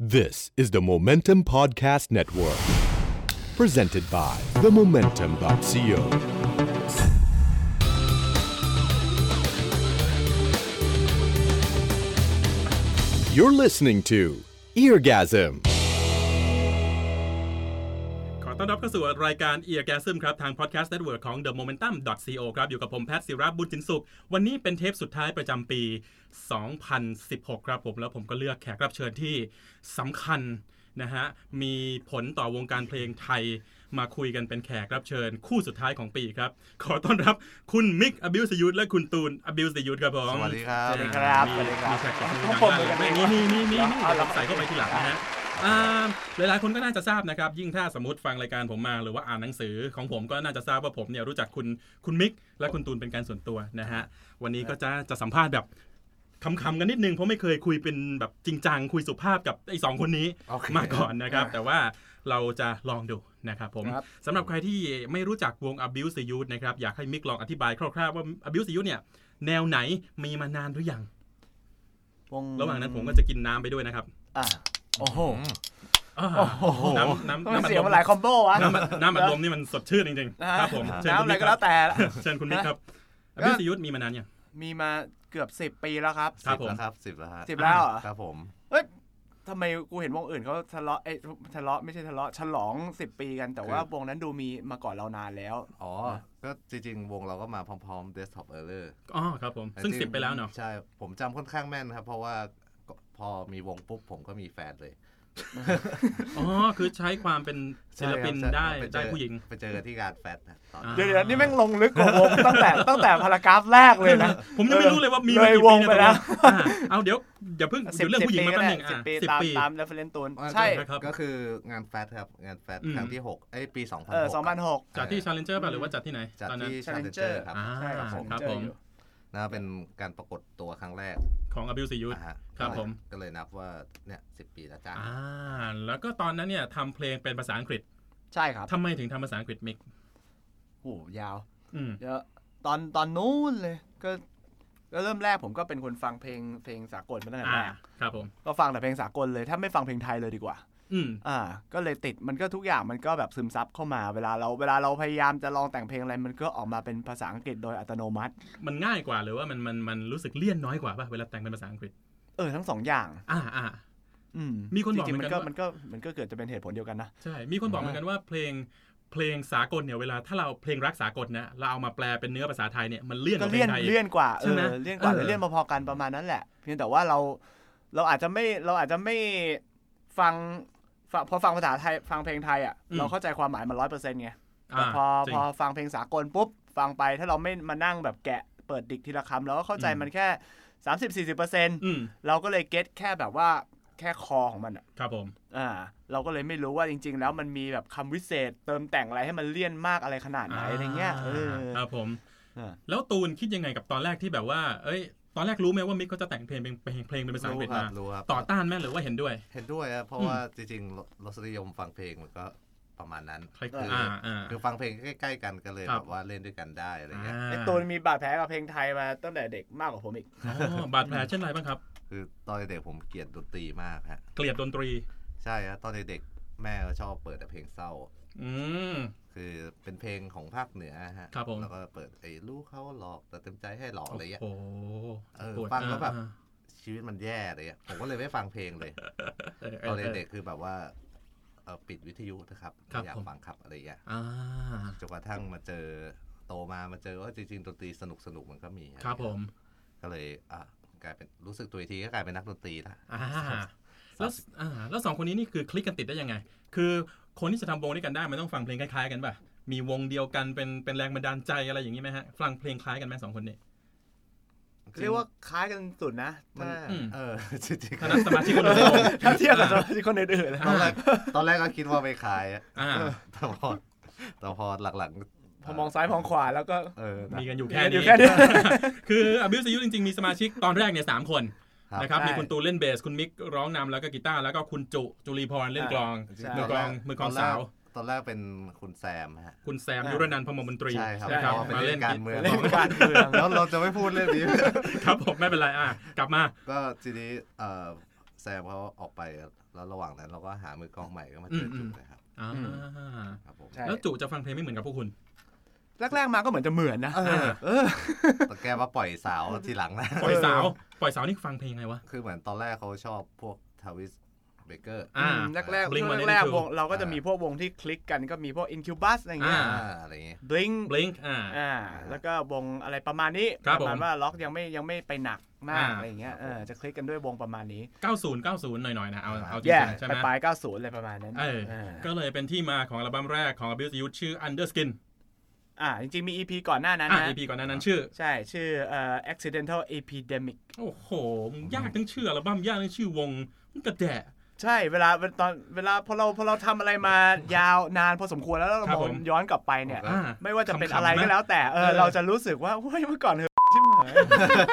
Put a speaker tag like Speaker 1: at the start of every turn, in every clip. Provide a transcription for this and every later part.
Speaker 1: This is the Momentum Podcast Network, presented by themomentum.co. You're listening to Eargasm.
Speaker 2: ขอต้อนรับเข้าสู่รายการ e a r g a s m ครับทาง podcast network ของ The Momentum co ครับ อยู่กับผมแพทย์ศิระบุญจินสุข วันนี้เป็นเทปสุดท้ายประจำปี 2016 ครับผม แล้วผมก็เลือกแขกรับเชิญที่สำคัญนะฮะ มีผลต่อวงการเพลงไทย มาคุยกันเป็นแขกรับเชิญ คู่สุดท้ายของปีครับ ขอต้อนรับคุณมิกอบิวสยุทธและคุณตูนอบิวสยุทธครับผม
Speaker 3: สวัสดีครับ
Speaker 2: สวัสดีครั
Speaker 4: ครับสวัสดีครั
Speaker 2: มี
Speaker 4: บ
Speaker 2: แขกรับเชิญ
Speaker 4: ต้อง
Speaker 2: ทาง
Speaker 4: ปรบ
Speaker 2: ด้าน
Speaker 4: มือกัน
Speaker 2: หลัง
Speaker 4: ไหม
Speaker 2: นี่นี่นี่นี่
Speaker 4: เอา
Speaker 2: นี่
Speaker 4: ละ
Speaker 2: ใส่เข้าไปทีหลังนะฮะ อ่าหลายๆคนก็น่าจะทราบนะครับ ยิ่งถ้าสมมติฟังรายการผมมาหรือว่าอ่านหนังสือของผมก็น่าจะทราบว่าผมเนี่ยรู้จักคุณคุณมิก และคุณตูนเป็นการส่วนตัวนะฮะ วันนี้ก็จะจะสัมภาษณ์แบบคำๆกันนิดนึง เพราะไม่เคยคุยเป็นแบบจริงจังคุยสุภาพกับไอ้สองคนนี้
Speaker 3: โอเค
Speaker 2: มาก่อนนะครับ
Speaker 3: อ่า
Speaker 2: แต่ว่าเราจะลองดูนะครับผม
Speaker 4: ครับ
Speaker 2: สำหรับใครที่ไม่รู้จักวง Abuse the Youth นะครับอยากให้มิกลองอธิบายคร่าวๆว่า Abuse the Youth เนี่ยแนวไหนมีมานานหรือยังระหว่างนั้นผมก็จะกินน้ำไปด้วยนะครับ
Speaker 4: อ่ะโอ้โห
Speaker 2: อ่าน้ำน้ำ
Speaker 4: มัน
Speaker 2: น้ำอัด
Speaker 4: เสีย
Speaker 2: ลม
Speaker 4: มาหลายคอมโบวะ
Speaker 2: น้ำอัดน้ำอัดลมนี่มันสดชื่นจริง
Speaker 4: นะ
Speaker 2: ๆ ครับผมเชิญ
Speaker 4: น้ำ
Speaker 2: คุณ
Speaker 4: อะไร
Speaker 2: มิกค
Speaker 4: ก็แล้
Speaker 2: รับ
Speaker 4: วแต่ละ
Speaker 2: เชิญคุณมิกครับอ
Speaker 4: ฮะ
Speaker 2: ภิสิยุทธมีมานานยัง
Speaker 4: มีมาเกือบสิบปีแล้วครับ
Speaker 2: ครับผม
Speaker 3: สิแล้วครับสิบแล้วฮะ
Speaker 4: สิบแล้วเหรอ
Speaker 3: ครับผม
Speaker 4: เอ้ยทำไมกูเห็นวงอื่นเขาทะเลาะเอ้ยทะเลาะไม่ใช่ทะเลาะฉลองสิบปีกันแต่ว่า
Speaker 3: คือ
Speaker 4: วงนั้นดูมีมาก่อนเรานานแล้ว
Speaker 3: อ๋อ ก็จริง ๆ วงเราก็มาพร้อมๆ Desktop Error
Speaker 2: อ๋อครับผม ซึ่ง
Speaker 3: จริ
Speaker 2: สิบไปแล้วเนาะ
Speaker 3: ใช่ ผมจำค่อนข้างแม่นครับ เพราะว่าก็พอมีวงปุ๊บ ผมก็มีแฟนเลย
Speaker 2: อ๋อ คือใช้ความเป็นศิลปิน
Speaker 3: ใช่ครับ
Speaker 2: ได้
Speaker 3: ปเจ
Speaker 2: ได้
Speaker 3: อ
Speaker 2: ผู้หญิง
Speaker 3: ไปเจอกันที่งานแฟนนะตอน
Speaker 2: อ่า
Speaker 4: เดี๋ยวเดี๋ยวนี่แม่งลงลึกกว่าวง ตั้งแต่ตั้งแต่พารากราฟแรกเลยนะ
Speaker 2: ผมยังไม่รู้เลยว่ามีมากี่
Speaker 4: เลยว
Speaker 2: ปี
Speaker 4: งไปแล้ว
Speaker 2: อ่าเอาเดี๋ยวอย่าเพิ่ง
Speaker 4: สิบ
Speaker 2: เดี๋ยวเรื่องผู้หญิงมาแป๊บหนึง
Speaker 4: สิบ
Speaker 2: อ่ะ
Speaker 4: ปี
Speaker 2: สิบ
Speaker 4: ตาม
Speaker 2: ปี
Speaker 4: ตามเรฟเฟรนตูน
Speaker 3: อ่า
Speaker 4: ใช่
Speaker 2: ครับ
Speaker 3: ก็คืองานแฟนครับ งานแฟนครั้งที่ 6 เอ้ย ปี 2006
Speaker 4: เออสองพันหก
Speaker 2: จัดที่ Challenger ป่ะหรือว่าจัดที่ไหน
Speaker 3: จัด
Speaker 2: ตอนนั้น
Speaker 3: ที่
Speaker 4: Challenger
Speaker 3: Challenger ครับ
Speaker 2: อ่า
Speaker 4: ใช่ครับ
Speaker 2: ครับผม
Speaker 3: นะเป็นการปรากฏตัวครั้งแรก
Speaker 2: ของอภิสิยุทธ
Speaker 3: อ่าฮะ
Speaker 2: ครับ
Speaker 3: ก็เล
Speaker 2: ผ
Speaker 3: ย
Speaker 2: ม
Speaker 3: ก็เลยนับว่า เนี่ยสิปีแล้วจ้า
Speaker 2: อ่า แล้วก็ตอนนั้นเนี่ยทำเพลงเป็นภาษาอังกฤษ
Speaker 4: ใช่ครับ
Speaker 2: ทำไมถึงทำภาษาอังกฤษมิก
Speaker 4: โอ้โหยาว
Speaker 2: อืม
Speaker 4: เยอะตอนตอนนู้นเลยก็ก็เริ่มแรกผมก็เป็นคนฟังเพลงเพลงสากลมาตั้งแต่
Speaker 2: อ่า
Speaker 4: แรก
Speaker 2: ครับผม
Speaker 4: ก็ฟังแต่เพลงสากลเลยถ้าไม่ฟังเพลงไทยเลยดีกว่า
Speaker 2: อืม
Speaker 4: อ่า ก็เลยติดมันก็ทุกอย่างมันก็แบบซึมซับเข้ามาเวลาเราเวลาเราพยายามจะลองแต่งเพลงอะไรมันก็ออกมาเป็นภาษาอังกฤษโดยอัตโนมัติ
Speaker 2: มันง่ายกว่าหรือว่ามันมันมันรู้สึกเลี่ยนน้อยกว่าป่ะเวลาแต่งเป็นภาษาอังกฤษ
Speaker 4: เออทั้งสองอย่าง
Speaker 2: อ่าอ่า
Speaker 4: อืม
Speaker 2: มีคนบอก
Speaker 4: จริงๆมัน
Speaker 2: เหมือนกั
Speaker 4: ก็
Speaker 2: นว่า
Speaker 4: มันก็มันก็เกิดจะเป็นเหตุผลเดียวกันนะ
Speaker 2: ใช่ มีคนบอกเหมือนกันว่าเพลงเพลงสากลเนี่ยเวลาถ้าเราเพลงรักสากลนะเราเอามาแปลเป็นเนื้อภาษาไทยเนี่ยมันเลี่ยน
Speaker 4: ก็
Speaker 2: ว่าเพล
Speaker 4: เลี่ยน
Speaker 2: งไทย
Speaker 4: เลี่ยนกว่า
Speaker 2: ใช่
Speaker 4: เอ
Speaker 2: ไหม
Speaker 4: อเลี่ยนกว่า
Speaker 2: เออ
Speaker 4: หรือเลี่ยนพอๆกันประมาณนั้นแหละ เพียงแต่ว่าเราเราอาจจะไม่เราอาจจะไม่ฟังฟังพอฟังภาษาไทยฟังเพลงไทยอ่ะเราเข้าใจความหมายมันร้อยเปอร์เซ็นต์ไง แต่พอ
Speaker 2: จริ
Speaker 4: พ
Speaker 2: ง
Speaker 4: อฟังเพลงสากลปุ๊บ ฟังไปถ้าเราไม่มานั่งแบบแกะเปิดดิกทีละคำเราก็เข้าใจ
Speaker 2: อืม
Speaker 4: มันแค่ 30 40เปอร์เซ็นต์
Speaker 2: อืม
Speaker 4: เราก็เลยเก็ตแค่แบบว่าแค่คอของมันอะ
Speaker 2: ครับผม
Speaker 4: อ่า เราก็เลยไม่รู้ว่าจริง ๆ แล้วมันมีแบบคำวิเศษ เติมแต่งอะไรให้มันเลี่ยนมากอะไรขนาดไหนอะไรเงี้ยเออ
Speaker 2: ครับผม
Speaker 4: เออ
Speaker 2: แล้วตูนคิดยังไงกับตอนแรกที่แบบว่า เอ้ย ตอนแรกรู้ไหมว่ามิกเขาจะแต่งเพลงเป็นเพลงเพลงเป็นภาษาอังกฤษ
Speaker 3: รู้ครั
Speaker 2: มา
Speaker 3: บรู้ครับ
Speaker 2: ต่อต้านไหมหรือว่าเห็นด้วย
Speaker 3: เห็นด้วยครับเพราะ
Speaker 2: อืม
Speaker 3: ว่าจริงๆรรสนิยมฟังเพลงมันก็ประมาณนั้น
Speaker 2: ใคร
Speaker 3: คืออ่
Speaker 2: อ่าอ่า
Speaker 3: คือฟังเพลงใกล้ๆกันก็เลย
Speaker 2: ครั
Speaker 3: แบบ บว่าเล่นด้วยกันได้อะไรเงี้ย
Speaker 2: อ่า
Speaker 4: ไอตูนมีบาดแผลกับเพลงไทยมาตั้งแต่เด็กมากกว่าผมอีก
Speaker 2: อ๋อบาดแผลเช่นไรบ้างครับ
Speaker 3: คือตอนเด็กผมเกลียดดนตรีมากฮะ
Speaker 2: เกลียดดนตรี
Speaker 3: ใช่ครับตอนเด็กแม่ก็ชอบเปิดแต่เพลงเศร้า
Speaker 2: อืม
Speaker 3: คือเป็นเพลงของภาคเหนือฮะ
Speaker 2: ครับผม
Speaker 3: แล้วก็เปิดไอ้ลูกเขาหลอกแต่เต็มใจให้หลอกอะไรเงี้ย
Speaker 2: โอ้โห
Speaker 3: เออ
Speaker 2: ปด
Speaker 3: ฟังแล้วแบบ
Speaker 2: อ่า
Speaker 3: ชีวิตมันแย่อะไรเงี้ยผมก็เลยไม่ฟังเพลงเลย
Speaker 2: ออออ
Speaker 3: ตอนเด็กๆคือแบบว่าเออปิดวิทยุนะครับ
Speaker 2: ครับ
Speaker 3: ไม่อยา
Speaker 2: ผ
Speaker 3: ก
Speaker 2: ม
Speaker 3: ฟังครับอะไรเงี้ย
Speaker 2: อ่า
Speaker 3: จนกระทั่งมาเจอโตมามาเจอว่าจริงๆดนตรีสนุกๆมันก็มีฮะ
Speaker 2: ครับผม
Speaker 3: ก็เลยอ่ะกลายเป็นรู้สึกตัวอีกทีก็กลายเป็นนักดนตรีละ
Speaker 2: อ่า
Speaker 3: สามสิบ
Speaker 2: แล้วอ่าแล้วสองคนนี้นี่คือคลิกกันติดได้ยังไง คือคนที่จะทำวงด้วยกันได้มันต้องฟังเพลงคล้ายๆกันป่ะ มีวงเดียวกันเป็นเป็นแรงบันดาลใจอะไรอย่างนี้ไหมฮะ ฟังเพลงคล้ายกันไหมสองคนนี้
Speaker 4: เรียกว่าคล้ายกันสุดนะ
Speaker 3: มัน
Speaker 4: ถ้า
Speaker 2: อืม
Speaker 3: เออจริงๆ
Speaker 2: ถ้านับสมาชิกคนอื่นในวง
Speaker 4: ถ้าเทียบกับสมาชิกคนอื่นๆนะ
Speaker 3: ตอนแรกตอนแรกก็คิดว่าไปขายอะ
Speaker 2: อ่า
Speaker 3: แต่พอแต่พอหลังๆ
Speaker 4: พอมองซ้ายมองขวาแล้วก็
Speaker 3: เออ
Speaker 2: มี
Speaker 3: นะ
Speaker 2: กันอยู่แค่
Speaker 4: อยู่
Speaker 2: นี้
Speaker 4: แค่นี้
Speaker 2: คืออบิวสยุทธจริงๆ มีสมาชิกตอนแรกเนี่ยสามคน
Speaker 3: ครับ
Speaker 2: นะครับ
Speaker 4: ใช่
Speaker 2: มีคุณตูนเล่นเบส คุณมิกร้องนำแล้วก็กีตาร์ แล้วก็คุณจุจุลีพรเล่นกลอง
Speaker 4: ใช่
Speaker 2: มือกลอง มือกลองสาว
Speaker 3: ตอนแรกเป็นคุณแซมฮะ
Speaker 2: คุณแซมยุรนันท์พรหมมนตรี
Speaker 3: ใช่ครับ
Speaker 2: นะ
Speaker 3: เพราะว่าเป็น
Speaker 2: มาเล่น
Speaker 3: เรื่องการเมือง
Speaker 4: เล่นการเมือง
Speaker 3: แล้วเราจะไม่พูดเรื่องนี้
Speaker 2: ครับผมไม่เป็นไรอ่ะกลับมา
Speaker 3: ก็ทีนี้เอ่อ แซมเขาออกไปแล้วระหว่างนั้นเราก็หามือกลองใหม่ก็มาเจอจุกนะครับ
Speaker 2: อ่า
Speaker 4: อื
Speaker 3: ครับผม
Speaker 4: ใช่
Speaker 2: แล้วจุจะฟังเพลงไม่เหมือนกับพวกคุณ
Speaker 4: แรกๆมาก็เหมือนจะเหมือนนะ
Speaker 3: เออ แต่แกมาปล่อยสาวทีหลังนะ
Speaker 2: ปล่อยสาว ปล่อยสาวนี่ฟังเพลงไงวะ
Speaker 3: คือเหมือนตอนแรกเขาชอบพวกทวิสเบเกอร์
Speaker 2: อ่า
Speaker 4: อืมแรกๆ
Speaker 2: Blink
Speaker 4: ช่วง
Speaker 2: 182
Speaker 4: แรกๆวงเราก็จะ
Speaker 3: อ่ามี
Speaker 4: มีพวกวงที่คลิกกันก็มีพวก Incubus อะไรเงี้ย
Speaker 2: อ่า
Speaker 3: อะไรอย่างเงี้ย
Speaker 4: Blink
Speaker 2: blink อ่า
Speaker 4: อ่าแล้วก็วงอะไรประมาณนี้
Speaker 2: ครับ
Speaker 4: ป
Speaker 2: ผม
Speaker 4: ระมาณว่าล็อกยังไม่ยังไม่ไปหนักมาก
Speaker 2: อ่า
Speaker 4: อะไรเงี้ยเออจะคลิกกันด้วยวงประมาณนี้
Speaker 2: 90 90 หน่อยๆนะ เอาเอาจริ
Speaker 4: แย่
Speaker 2: งๆใช่ไห
Speaker 4: ไป
Speaker 2: ม
Speaker 4: ปลายๆ90อะไรประมาณนั้น
Speaker 2: เออ
Speaker 4: เออ
Speaker 2: ก็เลยเป็นที่มาของอัลบั้มแรกของ Abuse You ชื่อ Underskin
Speaker 4: อ่าจริงๆมี EP ก่อนหน้านั้น
Speaker 2: อ่า
Speaker 4: นะ
Speaker 2: EP ก่อนหน้านั้นชื่อ
Speaker 4: ใช่ชื่อเอ่อ accidental epidemic
Speaker 2: โอ้โหมึงยากทั้งชื่ออัลบั้มยากทั้งชื่อวงมันกระแดะ
Speaker 4: ใช่เวลาเวลาตอนเวลาพอเราพอเราทำอะไรมายาวนานพอสมควรแล้วเรา
Speaker 2: ครับ
Speaker 4: มอง
Speaker 2: ผม
Speaker 4: ย้อนกลับไปเนี่ย
Speaker 3: ครับ
Speaker 2: อ่า
Speaker 4: ไม่ว่าจะเป็น
Speaker 2: ขำๆ
Speaker 4: อะไรก็
Speaker 2: นะ
Speaker 4: แล้วแต่เออ
Speaker 2: เออ
Speaker 4: เราจะรู้สึกว่าเฮ้ยเมื่อก่อนเหอะชิบหาย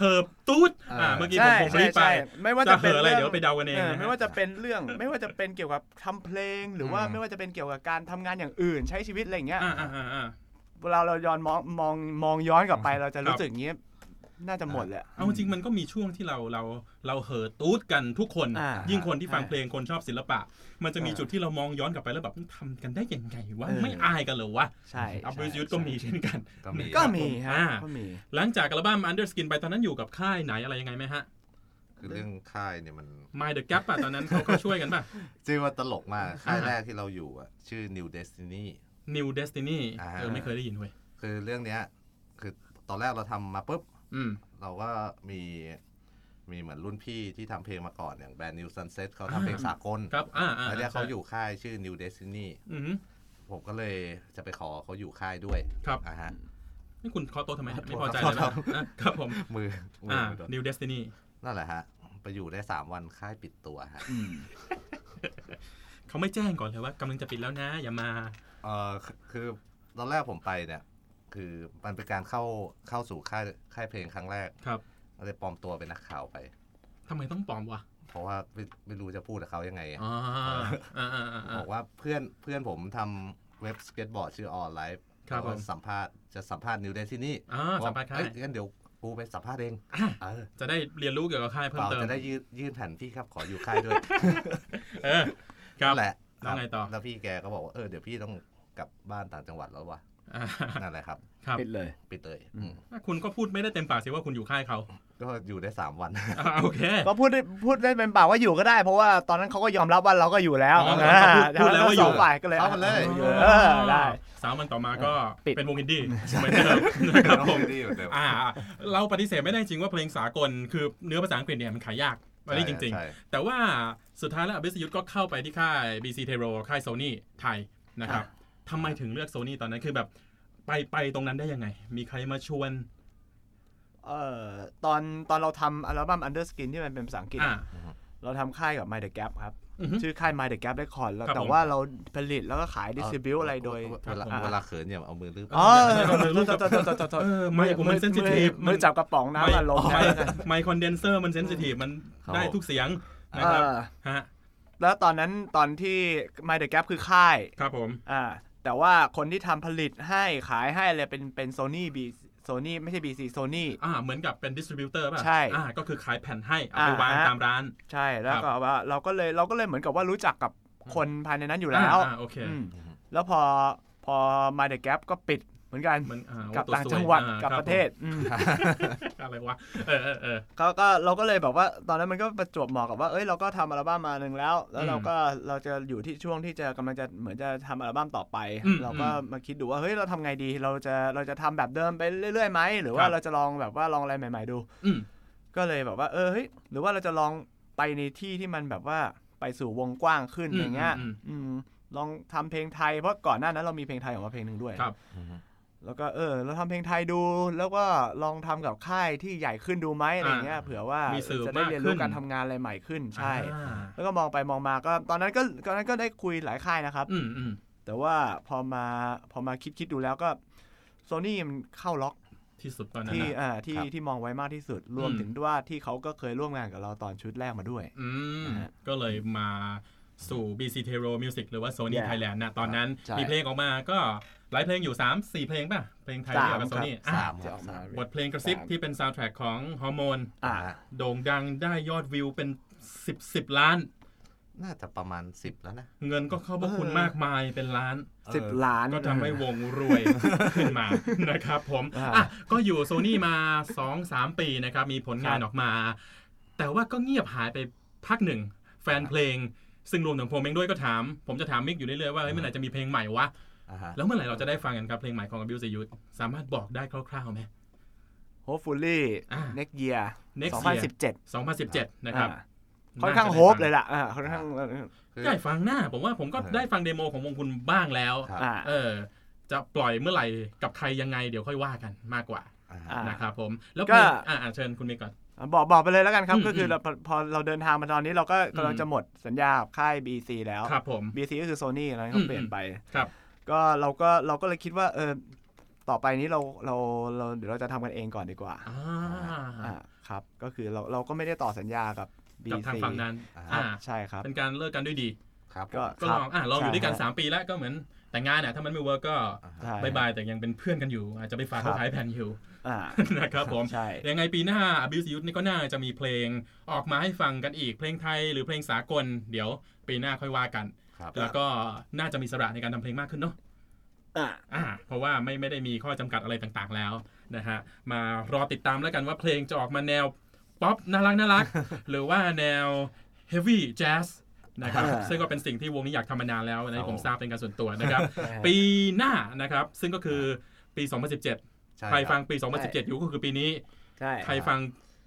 Speaker 2: เหิบตูดอ่า
Speaker 3: อ่า
Speaker 2: เมื่อกี้ผมผมรีบไป
Speaker 4: ไม่ว่า
Speaker 2: จะ
Speaker 4: จะ
Speaker 2: เห
Speaker 4: เป็น
Speaker 2: อะอะไร
Speaker 4: ง
Speaker 2: เดี๋ยวไปเดากันเอง
Speaker 4: อ
Speaker 2: นะฮะ
Speaker 4: ไม่ว่าจะเป็นเรื่อง ไม่ว่าจะเป็นเกี่ยวกับทำเพลงหรือว่า
Speaker 3: อืม
Speaker 4: ไม่ว่าจะเป็นเกี่ยวกับการทำงานอย่างอื่นใช้ชีวิตอะไรอย่างเงี้ย
Speaker 2: อ่าอ่าอ่าอ่า
Speaker 4: เวลาเราย้อนมองมองมองย้อนกลับไปเราจะรู้สึกอย่างเงี้ยน่าจะหมดเลย
Speaker 2: เอาจริงมันก็มีช่วงที่เราเราเราเห่อตูดกันทุกคน
Speaker 4: อ่า
Speaker 2: ยิ่งคนที่ฟัง
Speaker 4: อ่า
Speaker 2: เพลงคนชอบศิลปะ มันจะมี
Speaker 4: อ่า
Speaker 2: จุดที่เรามองย้อนกลับไปแล้วแบบมันทำกันได้ยังไงวะ
Speaker 4: เออ
Speaker 2: ไม่อายกันเหรอวะ
Speaker 4: ใช่
Speaker 2: อัพเว
Speaker 4: ใช่
Speaker 2: ยุทธก็มีเช่นกัน
Speaker 3: ก็มี
Speaker 4: ก็มีฮะ
Speaker 2: อ่า
Speaker 4: ก็มี
Speaker 2: หลังจากอัลบั้ม Underskin ไปตอนนั้นอยู่กับค่ายไหนอะไรยังไงไหมฮะ
Speaker 3: คือเรื่องค่ายเนี่ยมัน
Speaker 2: Mind the Gap ป่ะตอนนั้นเขาเขาช่วยกันป่ะ
Speaker 3: จริงว่าตลก มาก ค่ายแรกที่เราอยู่อะชื่อ New Destiny
Speaker 2: New Destiny
Speaker 3: อ่า
Speaker 2: เออไม่เคยได้ยินเว้ย
Speaker 3: คือเรื่องเนี้ย คือตอนแรกเราทำมาปุ๊บ
Speaker 2: อืม
Speaker 3: เราก็มีมีเหมือนรุ่นพี่ที่ทำเพลงมาก่อนอย่างแบรนด์ New Sunset เขาทำเพลงสากล
Speaker 2: ครับอ่าอ่า
Speaker 3: แล้วเนี่ยเขา
Speaker 2: ใช่
Speaker 3: อยู่ค่ายชื่อ New Destiny
Speaker 2: อืม
Speaker 3: ผมก็เลยจะไปขอเขาอยู่ค่ายด้วย
Speaker 2: ครับ
Speaker 3: อ่าฮะ
Speaker 2: นี่คุณเคอโตะทำไม
Speaker 3: ขอโทษ
Speaker 2: ไม่พอใจ
Speaker 3: ขอ
Speaker 2: เลย
Speaker 3: โทษ
Speaker 2: อ่ะครับผม
Speaker 3: มือมือ
Speaker 2: อ่า
Speaker 3: โดน
Speaker 2: New Destiny
Speaker 3: นั่นแหละฮะ ไปอยู่ได้ 3 วันค่ายปิดตัวฮะ
Speaker 2: เขาไม่แจ้งก่อนเลยว่ากำลังจะปิดแล้วนะอย่ามา
Speaker 3: เออคือคือตอนแรกผมไปเนี่ย คือมันเป็นการเข้าเข้าสู่ค่ายค่ายเพลงครั้งแรก
Speaker 2: ครับ
Speaker 3: ก็เลยปลอมตัวเป็นนักข่าวไป
Speaker 2: ทำไมต้องปลอมวะ
Speaker 3: เพราะว่าไม่ไม่รู้จะพูดกับเขายังไงอะ
Speaker 2: อ๋ออ่าอ่าอ่าอ่า
Speaker 3: บอกว่าเพื่อนเพื่อนผมทำเว็บสเก็ตบอร์ดชื่อออนไลฟ์
Speaker 2: ครับผม
Speaker 3: สัมภาษณ์จะสัมภาษณ์นิวเดนที่นี่
Speaker 2: อ่าสัมภาษณ์ค่าย
Speaker 3: เอ้งั้นเดี๋ยวกูไปสัมภาษณ์เอง
Speaker 2: อ่ะ
Speaker 3: เออ
Speaker 2: จะได้เรียนรู้เกี่ยวกับค่ายเพิ่
Speaker 3: เป
Speaker 2: ม
Speaker 3: ล่า
Speaker 2: เติม
Speaker 3: จะได้ยื่นยื่นแผ่นพี่ครับขออยู่ค่ายด้วย
Speaker 2: เออครับ
Speaker 3: นั่นแหละ
Speaker 2: แล้วไงต่อ
Speaker 3: แล้วพี่แกก็บอกว่าเออเดี๋ยวพี่ต้องกลับบ้านต่างจังหวัดแล้ววะ
Speaker 2: อ่า
Speaker 3: นั่นแหละครับ
Speaker 2: ครับ
Speaker 4: ปิดเลย
Speaker 3: ปิดเลยอืม
Speaker 2: คุณก็พูดไม่ได้เต็มปากสิว่าคุณอยู่ค่ายเขา
Speaker 3: ก็อยู่ได้ 3 วัน
Speaker 2: อ่าโอเค
Speaker 4: ก็พูดได้พูดได้เป็นปากว่าอยู่ก็ได้ เพราะว่าตอนนั้นเขาก็ยอมรับว่าเราก็อยู่แล้ว
Speaker 2: อ๋อ
Speaker 4: อ่า
Speaker 2: พูดแล้วว่าอยู่
Speaker 4: ทั้งสงฝ่ายก็เลย
Speaker 3: เข้ามาเลย
Speaker 4: อยู่เออได้
Speaker 2: สามวันต่อมาก็
Speaker 4: ปิด
Speaker 2: เป็นวงอินดี้เหมือนเดิมนะครับผม
Speaker 3: ที่อยู่เดิม
Speaker 2: อ่า เราปฏิเสธไม่ได้จริงว่าเพลงสากลคือเนื้อภาษาอังกฤษเนี่ยมันขายยากอันนี้จริง
Speaker 3: ใช่
Speaker 2: ๆ แต่ว่าสุดท้ายแล้วอภิสยุทธ์ก็เข้าไปที่ค่าย BC t e r o ค่ายโซนี่ไทยนะครับทำไมถึงเลือกโซนี่ตอนนั้นคือแบบไปไปตรงนั้นได้ยังไง มีใครมาชวน
Speaker 4: เออตอนตอนเราทำอัลบั้ม Underskin ที่มันเป็นภาษาอังกฤษ
Speaker 2: อ่า
Speaker 4: เราทำค่ายกับ My The Gap ครับ
Speaker 2: อือฮึ
Speaker 4: ชื่อค่าย My The Gap Record แล้ว
Speaker 2: ครับ
Speaker 4: แต่
Speaker 2: ผม
Speaker 4: ว่าเราผลิตแล้วก็ขายดิส t r บิวอะไรโดย
Speaker 3: เวลา
Speaker 4: อ่า
Speaker 3: เวลาเขินอย่าเอามือลืบ
Speaker 4: อ๋อ
Speaker 2: เดี๋ยว
Speaker 4: จ
Speaker 2: เดี๋ยว
Speaker 4: ดจดจดจดจด
Speaker 2: เออไม่ผมมัน
Speaker 4: อ
Speaker 2: sensitive
Speaker 4: มือจับกระป๋องน้ำอารมณ์
Speaker 2: ไม
Speaker 4: นะ
Speaker 2: ค์ไมค์คอนเดนเซอร์มันเซนซิทีฟมันได้ทุกเสียงนะค
Speaker 4: เอ
Speaker 2: รับ
Speaker 4: อ
Speaker 2: ฮะ
Speaker 4: แล้วตอนนั้นตอนที่ My The Gap คือค่าย
Speaker 2: ครับผม
Speaker 4: อ่าแต่ว่าคนที่ทำผลิตให้ขายให้อะไรเป็นเป็น Sony B Sony ไม่ใช่ BC Sony
Speaker 2: อ่าเหมือนกับเป็นดิสทริบิวเตอร์ป่ะ
Speaker 4: ใช่
Speaker 2: อ่าก็คือขายแผ่นให้ เอาไปวาง
Speaker 4: อ่าฮะ
Speaker 2: ตามร้าน
Speaker 4: ใช่แล้วก็ว่าเราก็เลยเราก็เลยเหมือนกับว่ารู้จักกับคนภายในนั้นอยู่แล้ว
Speaker 2: อ่าโอเค
Speaker 4: อืมแล้วพอพอ My The Gap ก็ปิดเหมือนกัน
Speaker 2: เหมือนอ่
Speaker 4: กับ
Speaker 2: โอ้
Speaker 4: ต่าง
Speaker 2: สย
Speaker 4: จังหวัด
Speaker 2: อ่า
Speaker 4: กับ
Speaker 2: คบ
Speaker 4: ประเทศอืม
Speaker 2: ผมอะไรวะเออเออเออ
Speaker 4: ก็ก็เราก็เลยแบบว่า ตอนนั้นมันก็ประจวบเหมาะกับว่าเอ้ยเราก็ทำอัลบั้มมาหนึ่งแล้ว แล้วเราก็เราจะอยู่ที่ช่วงที่จะกำลังจะเหมือนจะทำอัลบั้มต่อไป
Speaker 2: อืม
Speaker 4: เราก็มาคิดดูว่าเฮ้ยเราทำไงดี เราจะเราจะทำแบบเดิมไปเรื่อยๆไหมหรือว่า
Speaker 2: ครับ
Speaker 4: เราจะลองแบบว่าลองอะไรใหม่ ๆ ดู
Speaker 2: อืม
Speaker 4: ก็เลยแบบว่าเออเฮ้ยหรือว่าเราจะลองไปในที่ที่มันแบบว่าไปสู่วงกว้างขึ้นอย่างเงี้ย
Speaker 2: ม
Speaker 4: อืมลองทำเพลงไทยเพราะก่อนหน้านั้นเรามีเพลงไทยออกมาเพลงหนึ่งด้วย
Speaker 2: ครับ
Speaker 3: อืม
Speaker 4: แล้วก็เออเราทำเพลงไทยดูแล้วก็ลองทำกับค่ายที่ใหญ่ขึ้นดูไหมอะไรเงี้ย
Speaker 2: อ่า
Speaker 4: เผื่อว่า
Speaker 2: มีสื่อ
Speaker 4: จะได้เรียนรู้
Speaker 2: มากขึ้น
Speaker 4: การทำงานอะไรใหม่ขึ้นใช่
Speaker 2: อ่า
Speaker 4: แล้วก็มองไปมองมาก็ตอนนั้นก็ตอนนั้นก็ได้คุยหลายค่ายนะครับ
Speaker 2: อืมอืม
Speaker 4: แต่ว่าพอมาพอมาคิดคิดดูแล้วก็โซนี่มันเข้าล็อก
Speaker 2: ที่สุดตอนนั้น
Speaker 4: ที่
Speaker 2: นะ
Speaker 4: อ่าที่
Speaker 2: ครับ
Speaker 4: ที่มองไว้มากที่สุดรวม
Speaker 2: อืม
Speaker 4: ถึงว่าที่เขาก็เคยร่วมงานกับเราตอนชุดแรกมาด้วย
Speaker 2: อืม
Speaker 4: นะฮะ
Speaker 2: ก็เลยมาสู่ BC t e r o Music หรือว่า Sony
Speaker 4: Yeah
Speaker 2: Thailand นะตอนนั้น
Speaker 4: ใช่
Speaker 2: มีเพลงออกมาก็หลายเพลงอยู่ 3 4 เพลงป่ะ เพลงไทยที่ออกกับ Sony อ่ะ
Speaker 3: สามค
Speaker 4: จะอบ
Speaker 3: รั
Speaker 4: อกมา
Speaker 3: สาม
Speaker 2: บทเพลงกระซิบที่เป็นซาวด์แทร็กของฮอร์โมน
Speaker 4: อ่า
Speaker 3: อ่ะ
Speaker 2: โด่งดังได้ยอดวิวเป็น สิบสิบล้าน
Speaker 3: น่าจะประมาณสิบแล้วนะ
Speaker 2: เงินก็เข้าพวกคุณมากมายเป็นล้าน
Speaker 4: สิบ
Speaker 3: เออ
Speaker 4: ล้าน
Speaker 2: ก็ทำให้วงร วย ขึ้นมานะครับผม
Speaker 4: อ่า
Speaker 2: อ่ะก็อยู่โซนี่มา 2-3 ปีนะครับ มีผลงานออกมา แต่ว่าก็เงียบหายไปพักหนึ่ง แฟนเพลง ซึ่งรวมถึงผมเองด้วยก็ถาม ผมจะถามมิกอยู่เรื่อยๆว่าเฮ้ย
Speaker 3: อ่า
Speaker 2: เมื่อไหร่จะมีเพลงใหม่วะ
Speaker 3: อ่าฮะ
Speaker 2: แล้วเมื่อไหร่เราจะได้ฟังกันครับเพลงใหม่ของ Abuse Youth สามารถบอกได้คร่าวๆไหม
Speaker 4: Hopefully
Speaker 2: อ่า
Speaker 4: next year
Speaker 2: Next
Speaker 4: 2017
Speaker 2: 2017 นะครับ
Speaker 4: อ่าค่อนข้างโฮปเลยล่ะอ่าค่อนข้าง
Speaker 2: ได้ฟังหน้า ผมว่าผมก็
Speaker 3: อ่า
Speaker 2: ได้ฟังเดโมของวงคุณบ้างแล้ว
Speaker 3: ครับ
Speaker 4: อ่า
Speaker 2: เออ จะปล่อยเมื่อไหร่กับใครยังไงเดี๋ยวค่อยว่ากันมากกว่า
Speaker 3: อ่า
Speaker 4: อ่า
Speaker 3: ฮะ
Speaker 2: นะครับผม แล้ว
Speaker 4: ก็
Speaker 2: เพลงอ่าอ่าเชิญคุณมีก่อน
Speaker 4: บอกบอกไปเลยแล้วกันครับ
Speaker 2: อืม
Speaker 4: ก็คือเราพอพอเราเดินทางมาตอนนี้เราก็กำลัง
Speaker 2: อืม
Speaker 4: จะหมดสัญญากับค่าย BC แล้ว
Speaker 2: ครับผม
Speaker 4: BC ก็คือ Sony แล้วก็เปลี่ยนไป
Speaker 2: ครับ
Speaker 4: ก็เราก็เราก็เลยคิดว่าเออต่อไปนี้เราเราเราเดี๋ยวเราจะทำกันเองก่อนดีกว่า
Speaker 2: อ่า
Speaker 4: อ่าครับ ก็คือเราเราก็ไม่ได้ต่อสัญญากับ
Speaker 2: กับ
Speaker 4: BC
Speaker 2: ทางฝั่งนั้น
Speaker 3: อ่า
Speaker 4: ครั
Speaker 2: อ่า
Speaker 4: บใช่ครับ
Speaker 2: เป็นการเลิกกันด้วยดี
Speaker 3: ครับ
Speaker 4: ก็
Speaker 2: ก็
Speaker 4: ครั
Speaker 2: ล
Speaker 4: บ
Speaker 2: องอ่ะเราอยู่ด้วยกัน
Speaker 4: ใช่
Speaker 2: 3 ปีแล้วก็เหมือนแต่งงานอ่ะถ้ามันไม่เวิร์กก็
Speaker 3: อ่า
Speaker 4: ใช่
Speaker 2: บายบายแต่ยังเป็นเพื่อนกันอยู่ อาจจะไปฝาก
Speaker 4: ครั
Speaker 2: เขา
Speaker 4: บ
Speaker 2: ขายแผ่นอยู่
Speaker 4: อ่า
Speaker 2: นะครับผม
Speaker 4: ใช่
Speaker 2: ยังไงปีหน้า Abuse Youth นี่ก็น่าจะมีเพลงออกมาให้ฟังกันอีก เพลงไทยหรือเพลงสากล เดี๋ยวปีหน้าค่อยว่ากัน
Speaker 3: ครับ
Speaker 2: แล้วก็น่าจะมีอิสระในการทำเพลงมากขึ้นเนาะ
Speaker 4: อ่า
Speaker 2: อ่าเพราะว่าไม่ไม่ได้มีข้อจำกัดอะไรต่างๆแล้วนะฮะมารอติดตามแล้วกันว่าเพลงจะออกมาแนว ป๊อปน่ารักน่ารัก หรือว่าแนว heavy jazz นะครับ
Speaker 4: อ่า
Speaker 2: ซึ่งก็เป็นสิ่งที่วงนี้อยากทำมานานแล้วอันนี้ผมทราบเป็นการส่วนตัวนะครับ
Speaker 4: ปี
Speaker 2: ปีหน้านะครับ ซึ่งก็คือปี 2017
Speaker 3: ช่
Speaker 2: ใครฟัง
Speaker 3: บ
Speaker 2: ปี 2017 อยู่ก็คือปีนี้
Speaker 4: ใช่
Speaker 2: ใครฟัง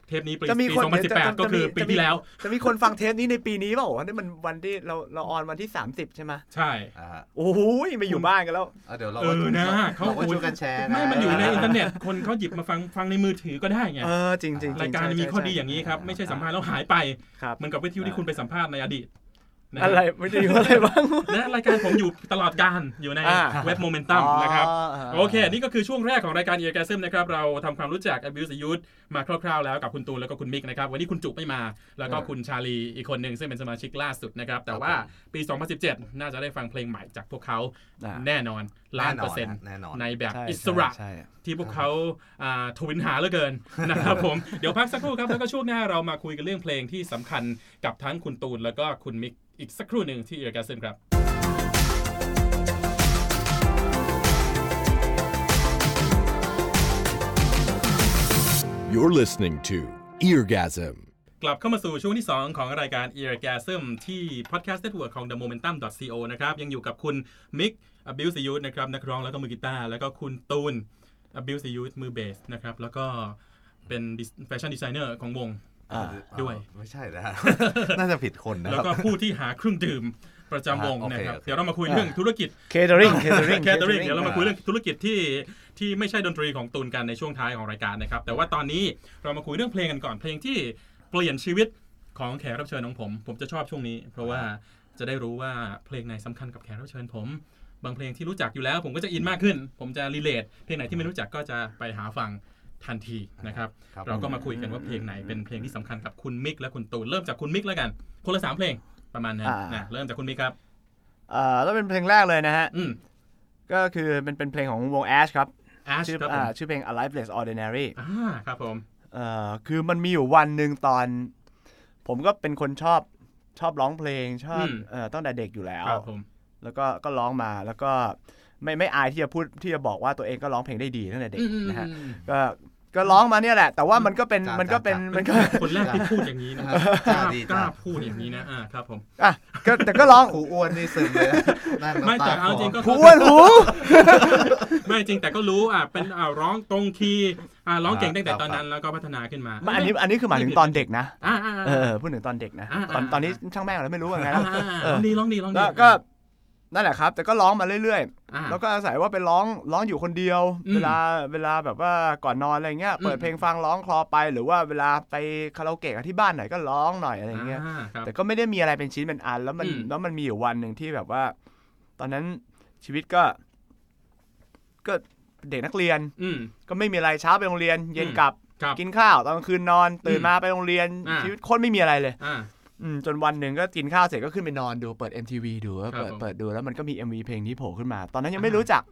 Speaker 2: เทปนี้ปี
Speaker 4: จะมี
Speaker 2: ปี
Speaker 4: คน
Speaker 2: 2018 ก็คือปีที่แล้ว
Speaker 4: จะมีคนฟังเทปนี้ในปีนี้เปล่าวะนี่มันวันที่เราเราออนวันที่ 30 ใช่ไหม
Speaker 2: ใช่
Speaker 3: อ่าฮะ
Speaker 4: โอ้โหไม่อยู่บ้านกันแล้ว
Speaker 3: เอาเดี๋ยวเรา
Speaker 2: เออนะเขา
Speaker 3: เราก็ช่วยกันแชร์ะ
Speaker 2: ไม่มันอยู่ในอินเทอร์เน็ตคนเขาหยิบมาฟังฟังในมือถือก็ได้ไง
Speaker 4: เออจริงๆจริงๆ
Speaker 2: รายการ
Speaker 4: ใช่
Speaker 2: มีข้อดีอ
Speaker 4: ใช่
Speaker 2: ย่างนี้ครับไม่ใช่สัมภาษณ์แล้วหายไป
Speaker 4: ครับ
Speaker 2: เหมือนกับวิทยุที่คุณไปสัมภาษณ์ในอดีตนฮ
Speaker 4: อะไรไม่ดีอะไรบ้าง
Speaker 2: และรายการผมอยู่ตลอดการอยู่ใน
Speaker 4: อ่า
Speaker 2: เว็บโมเมนตัมนะครับ
Speaker 4: อ๋อ
Speaker 2: โอเค นี่ก็คือช่วงแรกของรายการเอเกซึมนะครับ เราทำความรู้จัก Abuse Youth มาคร่าวๆแล้วกับคุณตูนแล้วก็คุณมิกนะครับ วันนี้คุณจุไม่มา แล้วก็คุณชาลีอีกคนหนึ่งซึ่งเป็นสมาชิกล่าสุดนะครับ แต่ว่าปี 2017 น่าจะได้ฟังเพลงใหม่จากพวกเขา
Speaker 4: อ่า
Speaker 2: แน่นอนล้านเปอร์เซ็นต์
Speaker 3: แน่นอน
Speaker 2: ในแบบ
Speaker 4: ใช่
Speaker 2: อิสระ
Speaker 4: ใช่ใช่
Speaker 2: ที่พวกเขาอ่าทวินหาเหลือเกิน นะครับผม เดี๋ยวพักสักครู่ครับแล้วก็ช่วงหน้าเรามาคุยกันเรื่องเพลงที่สำคัญกับทั้งคุณตูน แล้วก็คุณมิกอีกสักครู่หนึ่งที่เอเกซึมครับ
Speaker 1: You're listening to Eargasm.
Speaker 2: กลับเข้ามาสู่ช่วงที่ 2 ของรายการ e a r g a s m ที่ Podcast Network ของ The Momentum co นะครับ ยังอยู่กับคุณมิก Abuse the Youth นะครับ นักร้องแล้วก็มือกีตาร์แล้วก็คุณตูน Abuse the Youth มือเบสนะครับ แล้วก็เป็นแฟชั่นดีไซเนอร์ของวง
Speaker 4: อ่า
Speaker 2: ด้วย
Speaker 3: ไม่ใช่นะฮะน่าจะผิดคนนะ
Speaker 2: แล้ว
Speaker 3: ค
Speaker 2: ก็
Speaker 3: รับ
Speaker 2: ผู้ที่หาเครื่องดื่มประจำวง
Speaker 3: อ่าโอเค
Speaker 2: นะครับ
Speaker 3: โอเค
Speaker 2: เดี๋ยวเรามาคุยเรื่องธุรกิจ
Speaker 4: catering catering
Speaker 2: แคทเตอริงเดี๋ยวเรามาคุยเรื่องธุรกิจที่ที่ไม่ใช่ดนตรีของตูนกันในช่วงท้ายของรายการนะครับ แต่ว่าตอนนี้เรามาคุยเรื่องเพลงกันก่อนเพลงที่เปลี่ยนชีวิตของแขกรับเชิญของผม ผมจะชอบช่วงนี้ เพราะว่าจะได้รู้ว่าเพลงไหนสำคัญกับแขกรับเชิญผม บางเพลงที่รู้จักอยู่แล้ว ผมก็จะอินมากขึ้น ผมจะรีเลทเพลงไหนที่ไม่รู้จักก็จะไปหาฟังทันทีนะครับ
Speaker 3: ครับ
Speaker 2: เราก็มาคุยกันว่าเพลงไหนเป็นเพลงที่สำคัญกับคุณมิกและคุณตูนเริ่มจากคุณมิกแล้วกันคนละสามเพลงประมาณนั้น
Speaker 4: อ่าน
Speaker 2: นะเริ่มจากคุณมิกครับ
Speaker 4: เอ่อแล้วเป็นเพลงแรกเลยนะฮะ
Speaker 2: อืม
Speaker 4: ก็คือเป็นเป็นเพลงของวง Ash ครับ
Speaker 2: แอช
Speaker 4: ชื่อ
Speaker 2: ครับผม
Speaker 4: อ่าชื่อเพลง Alive Less Ordinary
Speaker 2: อ่าครับผม
Speaker 4: เอ่อคือมันมีอยู่วันหนึ่งตอน ผมก็เป็นคนชอบชอบร้องเพลงชอบ
Speaker 2: อืม
Speaker 4: เอ่อตั้งแต่เด็กอยู่แล้ว
Speaker 2: ครับผม
Speaker 4: แล้วก็ก็ร้องมาแล้วก็ไม่ไม่อายที่จะพูดที่จะบอกว่าตัวเองก็ร้องเพลงได้ดีตั้งแต่เด็กนะฮะ ก็ก็ร้องมาเนี่ยแหละ แต่ว่ามันก็เป็น
Speaker 3: จ้ะ
Speaker 4: มันก็เป็น
Speaker 3: จ้ะ
Speaker 4: มันก็
Speaker 2: คนแรกที่พูดอย่างนี้นะก
Speaker 3: จ้า
Speaker 2: ล้า
Speaker 3: ดี
Speaker 2: ก
Speaker 3: จ้า
Speaker 2: ล้าพูดอย่างนี้นะอ่าครับผม
Speaker 4: อ่ะก็แต่ก็ร้อง
Speaker 3: ครูอ้วนนี่ซึมเลยนะนั่งน้ำ
Speaker 2: ไม่แต่เอาจริงก็
Speaker 4: ผู้อ้วนหู
Speaker 2: ไม่จริงแต่ก็รู้อ่ะเป็นอ่าร้องตรงคีย์อ่าร้องเก่งตั้งแต่ตอนนั้นแล้วก็พัฒนาขึ้นมา
Speaker 4: ไม่อันนี้อันนี้คือหมายถึงตอนเด็กนะ
Speaker 2: อ่าอ่า
Speaker 4: เอ
Speaker 2: อ่า
Speaker 4: อพูดถึงตอนเด็กนะ
Speaker 2: อ่า
Speaker 4: ตอน
Speaker 2: อ่า
Speaker 4: ตอนนี้ช่างแม่งเราไม่รู้ว่าไง
Speaker 2: อ่า
Speaker 4: นะ
Speaker 2: อ่าอ่าร้องดีร้องดีร้องดี
Speaker 4: แล้วก็นั่นแหละครับ แต่ก็ร้องมาเรื่อย
Speaker 2: อ่า
Speaker 4: ๆ แล้วก็อาศัยว่าไปร้องร้องอยู่คนเดียว
Speaker 2: อืม
Speaker 4: เวลาเวลาแบบว่าก่อนนอนอะไรเงี้ย
Speaker 2: อืม
Speaker 4: เปิดเพลงฟังร้องคลอไปหรือว่าเวลาไปคาราโอเกะกับที่บ้านหน่อยก็ร้องหน่อยอะไรเงี้ย
Speaker 2: อ่าครับ
Speaker 4: แต่ก็ไม่ได้มีอะไรเป็นชิ้นเป็นอัน แล้วมัน
Speaker 2: อืม
Speaker 4: แล้วมันมีอยู่วันหนึ่งที่แบบว่า ตอนนั้นชีวิตก็ ก็เด็กนักเรียน
Speaker 2: อืม
Speaker 4: ก็ไม่มีอะไรเช้าไปโรงเรียน เย็น
Speaker 2: อืม
Speaker 4: กลับ
Speaker 2: ครับ
Speaker 4: กินข้าวตอนกลางคืนนอนตื่น
Speaker 2: อืม
Speaker 4: มาไปโรงเรียน
Speaker 2: อ่า
Speaker 4: ชีวิตโคนไม่มีอะไรเลย
Speaker 2: อ่า
Speaker 4: อืมจนวันหนึ่งก็กินข้าวเสร็จก็ขึ้นไปนอนดูเปิด MTV ดูว่า
Speaker 2: ครับ
Speaker 4: เปิด
Speaker 2: ผม
Speaker 4: เปิดดูแล้วมันก็มี MV เพลงนี้โผล่ขึ้นมา ตอนนั้นยังไม่
Speaker 2: อ่ารู้
Speaker 4: รู้จัก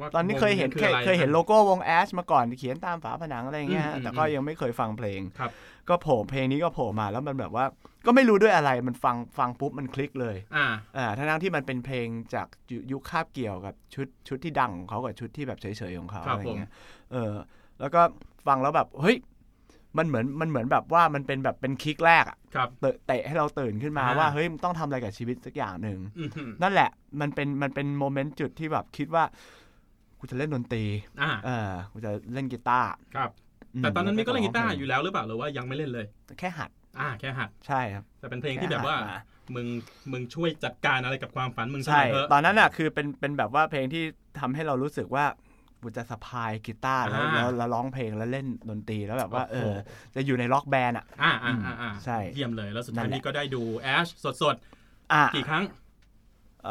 Speaker 2: ว่า
Speaker 4: ตอนนี้เคยเห็น
Speaker 2: วง
Speaker 4: เคย
Speaker 2: ออะไร
Speaker 4: เคยเห็นโลโก้วงแอชมาก่อนเขียนตามฝาผนังอะไรอย่างเงี้ย
Speaker 2: อืม
Speaker 4: ฮะ
Speaker 2: อืม
Speaker 4: แต่ก็
Speaker 2: อืม
Speaker 4: ยังไม่เคยฟังเพลง
Speaker 2: ครับ
Speaker 4: ก็โผล่เพลงนี้ก็โผล่มาแล้วมันแบบว่า ก็ไม่รู้ด้วยอะไรมันฟังฟังปุ๊บมันคลิกเลย
Speaker 2: อ่า
Speaker 4: อ่าทั้งๆที่มันเป็นเพลงจากยุยุคคาบเกี่ยวกับชุดชุดที่ดังของเขากับชุดที่แบบเฉยๆของเขา
Speaker 2: ครั
Speaker 4: อะ
Speaker 2: บ
Speaker 4: ไร
Speaker 2: ผม
Speaker 4: เงี้ยเออ แล้วก็ฟังแล้วแบบเฮ้ยมันเหมือนมันเหมือนแบบว่ามันเป็นแบบเป็นคลิกแรกอะ
Speaker 2: ครับ
Speaker 4: เตะเตะให้เราตื่นขึ้นมา
Speaker 2: อ่า
Speaker 4: ว่าเฮ้ยมันต้องทำอะไรกับชีวิตสักอย่างหนึ่ง
Speaker 2: อืมฮึ
Speaker 4: นั่นแหละมันเป็นมันเป็นโมเมนต์จุดที่แบบคิดว่ากูจะเล่นดนตรี
Speaker 2: อ่า
Speaker 4: เออกูจะเล่นกีตาร์
Speaker 2: ครับ
Speaker 4: ม
Speaker 2: แต่ตอนนั้นมีก็เล่นกีตาร์
Speaker 4: พ
Speaker 2: อยู่แล้วหรือเปล่าหรือว่ายังไม่เล่นเลย
Speaker 4: แค่หัด
Speaker 2: อ่า แค่หัด
Speaker 4: ใช่ครับ
Speaker 2: แต่เป็นเพลงที่แบบว่า
Speaker 4: ค่หัดม
Speaker 2: มึงมึงช่วยจัดการอะไรกับความฝันมึงซะห
Speaker 4: ใช่
Speaker 2: น่อยเถอะ
Speaker 4: ตอนนั้นอ่ะคือเป็นเป็นแบบว่าเพลงที่ทำให้เรารู้สึกว่ากูจะสะพายกีตาร์แล้ว
Speaker 2: อ่า
Speaker 4: แล้วแล้วร้องเพลงแล้วเล่นดนตรีแล้วแบบว่าเออจะอยู่ในล็อกแบนด์อ่ะ
Speaker 2: อ่าอ่าอ่าอ่า
Speaker 4: ใช่
Speaker 2: เยี่ยมเลยแล้วสุด
Speaker 4: นั่
Speaker 2: ท้าย
Speaker 4: นแหละ
Speaker 2: นี่ก็ได้ดูแอชสด
Speaker 4: อ่ะ
Speaker 2: ๆ กี่ครั้ง
Speaker 4: เอ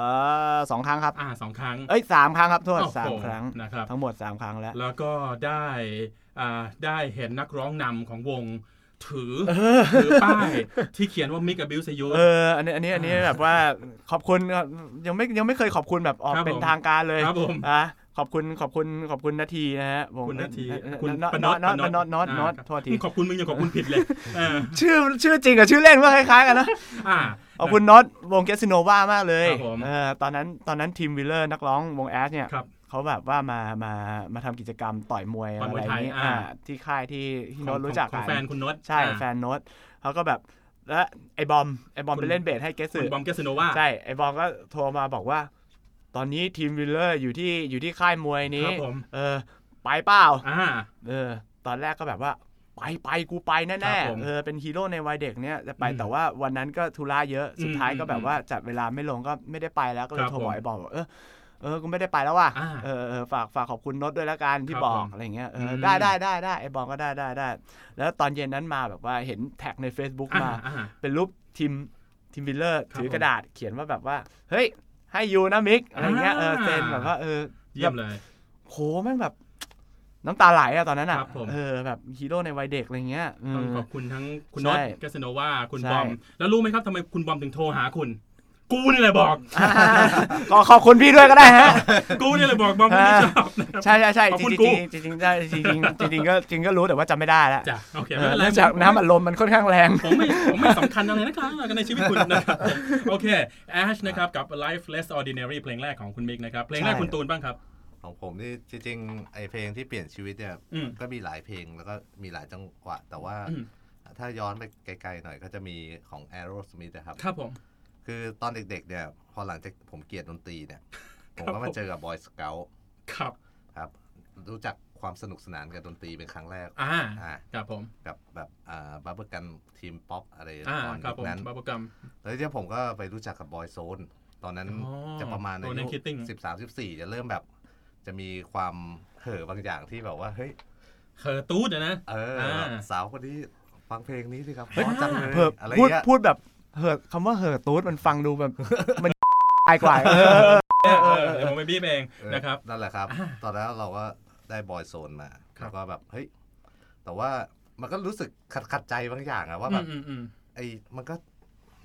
Speaker 4: อสองครั้งครับ
Speaker 2: อ่าสองครั้ง
Speaker 4: เอ้ยสามครั้งครับโทษ
Speaker 2: โอ้โห
Speaker 4: สามครั้ง
Speaker 2: นะครับ
Speaker 4: ทั้งหมดสามครั้งแล้ว
Speaker 2: แล้วก็ได้อ่าได้เห็นนักร้องนำของวง ถือถือป้าย ที่เขียนว่า Mick Abuse You
Speaker 4: เออ อันนี้ อันนี้ อันนี้แบบว่าขอบคุณครับยังไม่ยังไม่เคยขอบคุณแบบออก
Speaker 2: ครับ
Speaker 4: เป็น
Speaker 2: ผม
Speaker 4: ทางการเลย
Speaker 2: ครับผม
Speaker 4: อ่ะขอบคุณขอบคุณขอบคุณนาทีนะฮะวง
Speaker 2: คุณนาที
Speaker 4: เอ่อ
Speaker 2: คุณ
Speaker 4: เอ่อ
Speaker 2: ปน
Speaker 4: น็อ
Speaker 2: อ
Speaker 4: ต
Speaker 2: ต
Speaker 4: น็อต
Speaker 2: ปน
Speaker 4: น็
Speaker 2: อ
Speaker 4: อ
Speaker 2: ต
Speaker 4: ตน็อตน็อต
Speaker 2: าครับ
Speaker 4: โทษที
Speaker 2: ขอบคุณมึงอย่าขอบคุณผิดเลยเออ
Speaker 4: ชื่อชื่อจริงกับชื่อเล่นว่าคล้ายๆกันนะ
Speaker 2: อ่า
Speaker 4: ขอบคุณน็อตวงเกสโนวามากเลย
Speaker 2: ครับผม
Speaker 4: เออตอนนั้นตอนนั้นทีมวิลเลอร์นักร้องวงแอสเนี่ย
Speaker 2: ครับ
Speaker 4: เขาแบบว่ามามามาทำกิจกรรมต่อยมวย
Speaker 2: ต่อย
Speaker 4: อะ
Speaker 2: มวย
Speaker 4: ไร
Speaker 2: ไทย
Speaker 4: นี้
Speaker 2: อ่า
Speaker 4: อ่าที่ค่ายที่ที่
Speaker 2: ข
Speaker 4: โน็
Speaker 2: อ
Speaker 4: อง ตรู้จัก
Speaker 2: ของ
Speaker 4: กัน
Speaker 2: แฟนคุณโน็อต
Speaker 4: ใช่
Speaker 2: อ่า
Speaker 4: แฟนโน็อตเขาก็แบบและไอ้บอมไอ้บอม
Speaker 2: คุณ
Speaker 4: ไปเล่นเบสให้เกส
Speaker 2: คุณ
Speaker 4: อ
Speaker 2: บอมแกสโนวา
Speaker 4: ใช่ ไอ้บอลก็โทรมาบอกว่า ตอนนี้ทีมวิลเลอร์อยู่ที่อยู่ที่ค่ายมวยนี้
Speaker 2: ครับผม
Speaker 4: เออ ไปเปล่า
Speaker 2: อ่า
Speaker 4: เออ ตอนแรกก็แบบว่า ไปไปกูไป
Speaker 2: ครั
Speaker 4: แน่
Speaker 2: บผม
Speaker 4: ๆเออเป็นฮีโร่ในวัยเด็กเนี่ยจะไป
Speaker 2: อืม
Speaker 4: แต่ว่าวันนั้นก็ธุระเยอะสุดท้ายก็แบบว่าจัดเวลาไม่ลงก็ไม่ได้ไปแล้วก็เล
Speaker 2: ค
Speaker 4: ย
Speaker 2: รับ
Speaker 4: โทรบ
Speaker 2: ผม
Speaker 4: อกไอ้บอลบอกเออเออกูไม่ได้ไปแล้วว่ะ
Speaker 2: อ่า
Speaker 4: เออเออฝากฝากขอบคุณโนตด้วยละกันที่
Speaker 2: ครับ
Speaker 4: บอ
Speaker 2: ผ
Speaker 4: ก
Speaker 2: ม
Speaker 4: อะไรอย่างเงี้ยเอ
Speaker 2: อื
Speaker 4: อ
Speaker 2: ม
Speaker 4: ได้ได้ได้ได้ไอ้บอลก็ได้ได้ได้แล้วตอนเย็นนั้นมาแบบว่าเห็นแท็กใน Facebook
Speaker 2: อ่า
Speaker 4: มา
Speaker 2: อ่า
Speaker 4: เป็นรูปทีมทีมวิลเลอร์
Speaker 2: ครับ
Speaker 4: ถือกระดาษเขียนว่าแบบว่า เฮ้ย ให้ยูนะมิกอะไรเงี้ยเออ
Speaker 2: อ่า
Speaker 4: เซ็นแบบว่าเออ
Speaker 2: เยี่ยมเลย
Speaker 4: โหแม่งแบบ น้ำตาไหลอะตอนนั้นอะ
Speaker 2: ครับผม
Speaker 4: เออแบบฮีโร่ในวัยเด็กอะไรเงี้ยอืม
Speaker 2: ต้องขอบคุณทั้งคุณโน็อต
Speaker 4: ใช่
Speaker 2: แกสโนวาคุณ
Speaker 4: ใช่
Speaker 2: บอม แล้วรู้ไหมครับทำไมคุณบอมถึงโทรหา คุณ กูนี่แหละบอก
Speaker 4: ขอขอบคุณพี่ด้วยก็ได้ฮะ
Speaker 2: กูนี่แหละบอกบอมไม่ชอบนะครับ
Speaker 4: ใช่ใช่ใช่
Speaker 2: ขอบคุณกู
Speaker 4: จริงๆจริงๆได้จริงๆจริงๆจริงๆก็จริงก็รู้แต่ว่าจำไม่ได้ละ
Speaker 2: จ้ะโอเค
Speaker 4: เอ
Speaker 2: ไม่
Speaker 4: อ
Speaker 2: เป็นไร
Speaker 4: เนื่องจากน้ำอัดลมมันค่อนข้างแรง
Speaker 2: ผมไม่ผมไม่สำคัญอะไรนะครับ ในชีวิตคุณนะครับผมโอเค Ash นะครับกับ Life Less Ordinary เพลงแรกของคุณมิกนะครับ เพลงแรก
Speaker 4: ใช่
Speaker 2: คุณตูนบ้างครับ
Speaker 3: ของผมนี่จริงๆไอเพลงที่เปลี่ยนชีวิตเนี่ย
Speaker 2: อืม
Speaker 3: ก็มีหลายเพลงแล้วก็มีหลายจังหวะ แต่ว่า
Speaker 2: อืม
Speaker 3: ถ้าย้อนไปไกลๆหน่อยก็จะมีของ Aerosmith นะครับ
Speaker 2: ครับผม
Speaker 3: คือตอนเด็กๆเนี่ย พอหลังจากผมเกลียดดนตรีเนี่ย ผม
Speaker 2: ครั
Speaker 3: ก็
Speaker 2: บ
Speaker 3: มาเจอกับบอยสเกล
Speaker 2: ครับ
Speaker 3: ครับ รู้จักความสนุกสนานกับดนตรีเป็นครั้งแรก
Speaker 2: อ่า
Speaker 3: อ่า
Speaker 2: ครับผม
Speaker 3: กับแบบอ่าบับเบิลกันทีมป๊อปอะไร
Speaker 2: อ่า
Speaker 3: ตอน
Speaker 2: ครับ
Speaker 3: ยุค
Speaker 2: ผม
Speaker 3: นั้น
Speaker 2: บาปกรรม
Speaker 3: แล้วที่ผมก็ไปรู้จักกับบอยโซน ตอนนั้น
Speaker 2: อ๋อ
Speaker 3: จะประมาณอา
Speaker 2: โดนใน
Speaker 3: ยุ
Speaker 2: Kitting
Speaker 3: สิบสามสิบสี่จะเริ่มแบบ จะมีความเห่อบางอย่างที่แบบว่าเฮ้ย
Speaker 2: เคอร์ตูดอะนะ
Speaker 3: เออ
Speaker 2: อ่า
Speaker 3: แบบสาวคนนี้ฟังเพลงนี้สิครับ
Speaker 2: เฮ้ย
Speaker 3: พอจังเลย
Speaker 4: เพิ่ม
Speaker 3: อะไร
Speaker 4: พูด
Speaker 3: เงี้ย
Speaker 4: พูดแบบเหิดคำว่าเหิดตูดมันฟังดูแบบ มัน ตายกว่าเออเออ
Speaker 2: เออเออเดี๋ยวผมไปบีบเอง
Speaker 3: เออ
Speaker 2: นะครับ
Speaker 3: นั่นแหละครับ ตอนนั้นเราก็ได้บอยโซนมา
Speaker 2: ครับ
Speaker 3: แล้วก็แบบเฮ้ยแต่ว่ามันก็รู้สึกขัดขัดใจบางอย่างอะว่าแบบ
Speaker 2: อืมอืม
Speaker 3: ไอ้มันก็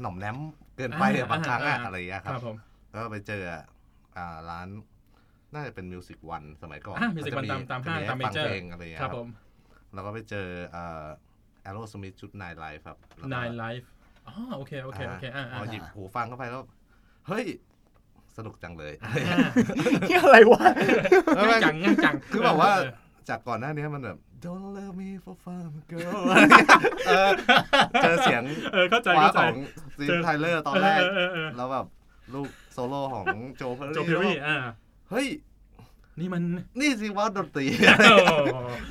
Speaker 3: หน่อมแนมเกินไปอะ
Speaker 2: อ่า
Speaker 3: บางครั้งอะ
Speaker 2: อ่า
Speaker 3: อะไรเงี้ย
Speaker 2: ค
Speaker 3: ครั
Speaker 2: รั
Speaker 3: บบ
Speaker 2: ผม
Speaker 3: ก็ไปเจออ่าร้าน น่าจะเป็นมิวสิกวันสมัยก่อน
Speaker 2: อ่า Music One ตามตามห้าง
Speaker 3: จะ
Speaker 2: ตาม
Speaker 3: ให้ฟั
Speaker 2: major
Speaker 3: เพลงอะไรเงี้ย
Speaker 2: ครับผม
Speaker 3: แล้วก็ไปเจออ่าแอโรสมิธชุดนายไลฟ์ครับแล้วก็
Speaker 2: นายไลฟ์อ๋อโอเค โอเค โอเค อ่า
Speaker 3: พอหยิบหูฟังเข้าไปแล้ว เฮ้ย สนุกจังเลย
Speaker 4: นี่อะไรวะ
Speaker 2: ง่ายจังง่ายจัง
Speaker 3: คือแบบว่าจากก่อนหน้านี้มันแบบ Don't love me for fun girl เออเจอเสียง
Speaker 2: เออเข้าใจ
Speaker 3: คว้า
Speaker 2: เข้าใจ
Speaker 3: ของซีน
Speaker 2: เจอ
Speaker 3: ไทเลอร์ตอนแรก
Speaker 2: เออเออเออ
Speaker 3: แล้วแบบลูกโซโล่ของโจเพอร์
Speaker 2: โจเพอ
Speaker 3: รี่
Speaker 2: รี่อ่า
Speaker 3: เฮ้ย
Speaker 2: นี่มัน
Speaker 3: นี่สิว่าดนตรี
Speaker 2: โอ้